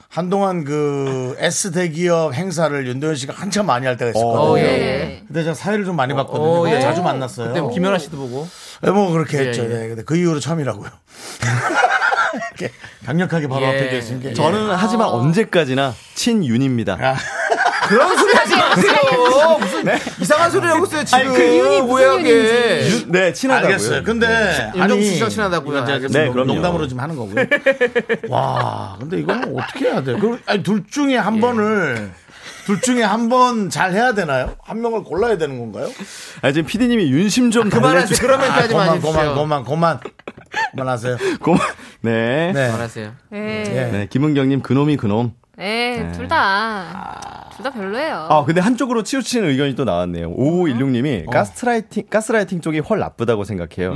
한동안 그 S 대기업 행사를 윤도현 씨가 한참 많이 할 때가 있었거든요.
어, 예, 예.
그때 제가 사회를 좀 많이 봤거든요.
어, 예.
자주 만났어요.
그때 뭐 김연아 씨도 보고.
예, 뭐 그렇게
예,
했죠.
예.
네, 근데 그 이후로 처음이라고요. 이렇게 강력하게
예.
바로 앞에 계신 게
저는 하지만 언제까지나 친윤입니다.
그런 소리 하지 마세요. 어, 무슨
네?
이상한 소리 하고 있어요 지금. 오해하게.
윤- 네, 친하다고요.
알겠어요. 그 근데
윤- 윤정수 예. 씨랑 친하다고요.
이건 제가
네,
농-
그럼요.
농담으로 지금 하는 거고요. 와, 근데 이거는 어떻게 해야 돼요? 그럼 아니, 둘 중에 한
예.
번을 둘 중에 한 번 잘 해야 되나요? 한 명을 골라야 되는 건가요? 아,
아, 지금 피디님이 윤심 좀
그만하세요.
달래주세요.
그러면 하지
그만,
마십시오.
그만, 그만, 그만, 그만하세요.
고마... 네. 네.
말하세요.
예.
김은경님, 그놈이 그놈.
네,
네.
예, 둘 다. 둘 다 별로예요.
아, 근데 한쪽으로 치우치는 의견이 또 나왔네요. 5516님이 가스라이팅, 가스라이팅 쪽이 훨 나쁘다고 생각해요.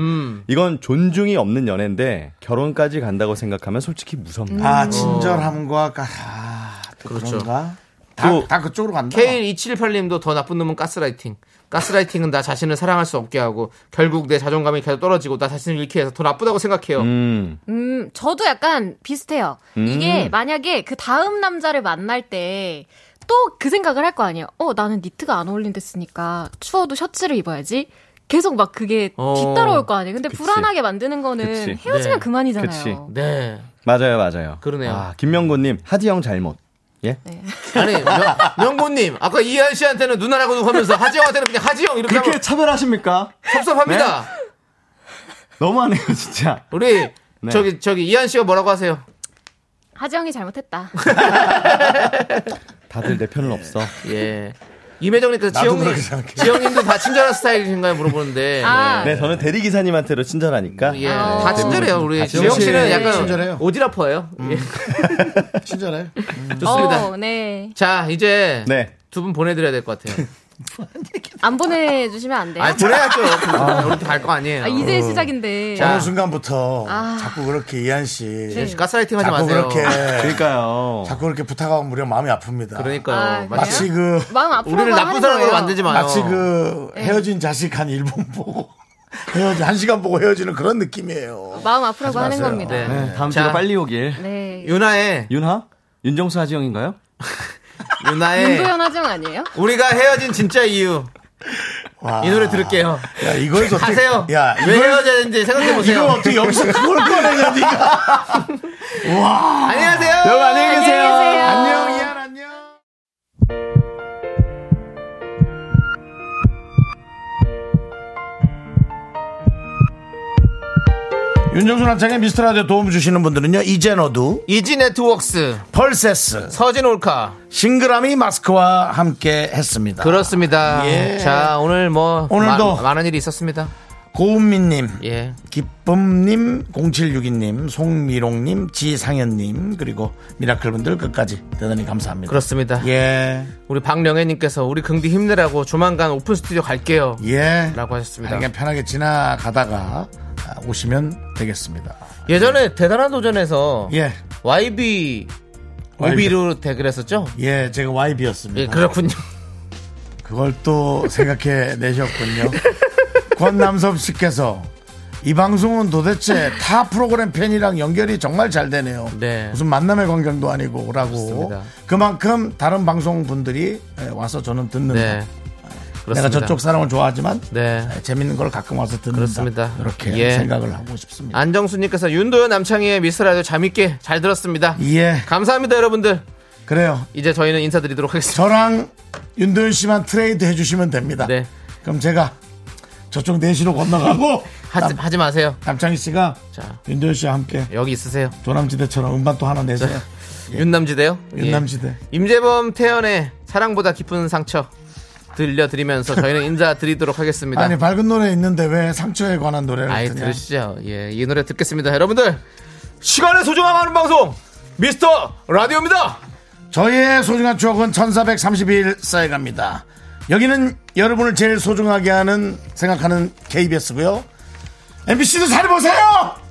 이건 존중이 없는 연애인데 결혼까지 간다고 생각하면 솔직히 무섭네요.
아, 친절함과 가... 아, 또
음. 그렇죠.
그런가? 다,
또-
다 그쪽으로 간다.
K2778님도 더 나쁜 놈은 가스라이팅. 가스라이팅은 나 자신을 사랑할 수 없게 하고 결국 내 자존감이 계속 떨어지고 나 자신을 잃게 해서 더 나쁘다고 생각해요.
음.
음, 저도 약간 비슷해요.
음.
이게 만약에 그 다음 남자를 만날 때 또 그 생각을 할 거 아니에요. 어, 나는 니트가 안 어울린댔으니까 추워도 셔츠를 입어야지. 계속 막 그게
어.
뒤따라올 거 아니에요. 근데 불안하게 만드는 거는
그치.
헤어지면
네.
그만이잖아요.
그치.
네.
맞아요, 맞아요.
그러네요.
아, 김명곤님, 하지영 잘못. 예?
아니 명, 명고님 아까 이현 씨한테는 누나라고 하면서 하지영한테는 그냥 하지영 이렇게
그렇게
하면
차별하십니까?
섭섭합니다.
네?
너무하네요, 진짜.
우리
네.
저기 저기 이현 씨가 뭐라고 하세요?
하정이 잘못했다.
다들 내 편은 없어.
예. 임혜정님께서
나도
지영님
그렇게 생각해.
지영님도 다 친절한 스타일이신가요 물어보는데
아.
네, 저는 대리기사님한테로 친절하니까.
예,
아.
다 친절해요. 우리
지영
지영 씨는
씨
약간
친절해요. 음.
오지라퍼예요. 예,
친절해.
좋습니다.
어, 네.
자, 이제
네.
두 분 보내드려야 될 것 같아요.
안 보내주시면
네.
안 돼요.
아, 보내야죠. 우리 다알거 아니에요.
아, 이제 시작인데.
어. 자.
어느 순간부터 자꾸 그렇게 이한 씨
가스라이팅 하지
자꾸
마세요.
그렇게
그러니까요.
자꾸 그렇게 부탁하면 무려 마음이 아픕니다.
그러니까요.
아,
맞아요.
마치 그
마음 아프라고
우리를 나쁜
하는
사람으로
거예요.
만들지 마요.
마치 그 헤어진 자식 한 1분 보고 헤어지 한 시간 보고 헤어지는 그런 느낌이에요.
마음 아프라고 하는
마세요.
겁니다.
네.
네.
네, 다음
자.
주가 빨리 오길.
네. 유나의
윤하? 윤정수 하지영인가요?
유나의 네.
윤도현 하정 아니에요?
우리가 헤어진 진짜 이유 이 노래 들을게요.
야 이걸 어떻게
가세요.
야
왜
이걸
헤어져야 되는지 생각해 보세요.
이걸 어떻게 여기서 그걸 꺼내냐 니가.
안녕하세요.
네,
여러분 안녕히 계세요.
안녕 이한 안녕. 윤정수 남창의 미스터라디오 도움 주시는 분들은요 이젠어두
이지 네트웍스
펄세스
서진 올카
싱그라미 마스크와 함께 했습니다.
아, 그렇습니다.
예.
자 오늘 뭐
오늘도.
마- 많은 일이 있었습니다.
고은미님,
예.
기쁨님, 0762님, 송미롱님, 지상현님 그리고 미라클분들 끝까지 대단히 감사합니다.
그렇습니다.
예,
우리 박령애님께서 우리 긍디 힘내라고 조만간 오픈 스튜디오 갈게요.
예.
라고 하셨습니다.
그냥 편하게 지나가다가 아, 오시면 되겠습니다.
예전에 대단한 도전에서
예,
YB 오비로 대결했었죠?
예, 제가
예,
YB였습니다.
그렇군요.
그걸 또 생각해 내셨군요. 권남섭 씨께서 이 방송은 도대체 타 프로그램 팬이랑 연결이 정말 잘 되네요.
네.
무슨 만남의 광경도 아니고라고.
그렇습니다.
그만큼 다른 방송 분들이 예, 와서 저는 듣는다.
네.
내가
그렇습니다.
저쪽 사람을 좋아하지만
네.
재밌는 걸 가끔 와서 듣는다.
그렇습니다.
이렇게
예.
생각을 하고 싶습니다.
안정수님께서 윤도현 남창희의 미스라도 재밌게 잘 들었습니다.
예,
감사합니다, 여러분들.
그래요.
이제 저희는 인사드리도록 하겠습니다.
저랑 윤도현 씨만 트레이드 해주시면 됩니다.
네.
그럼 제가 저쪽 내시로 건너가고
하지,
아.
하지 마세요.
남창희 씨가
자,
윤도현 씨와 함께
여기 있으세요.
조남지대처럼 음반 또 하나 내세요.
윤남지대요.
예. 윤남지대.
네. 예. 임재범 태연의 사랑보다 깊은 상처 들려드리면서 저희는 인사드리도록 하겠습니다.
아니 밝은 노래 있는데 왜 상처에 관한 노래를
아이
듣냐?
들으시죠. 예, 이 노래 듣겠습니다. 여러분들 시간의 소중함 하는 방송 미스터 라디오입니다.
저희의 소중한 추억은 1432일 쌓여갑니다. 여기는 여러분을 제일 소중하게 하는 생각하는 KBS고요. MBC도 잘 보세요.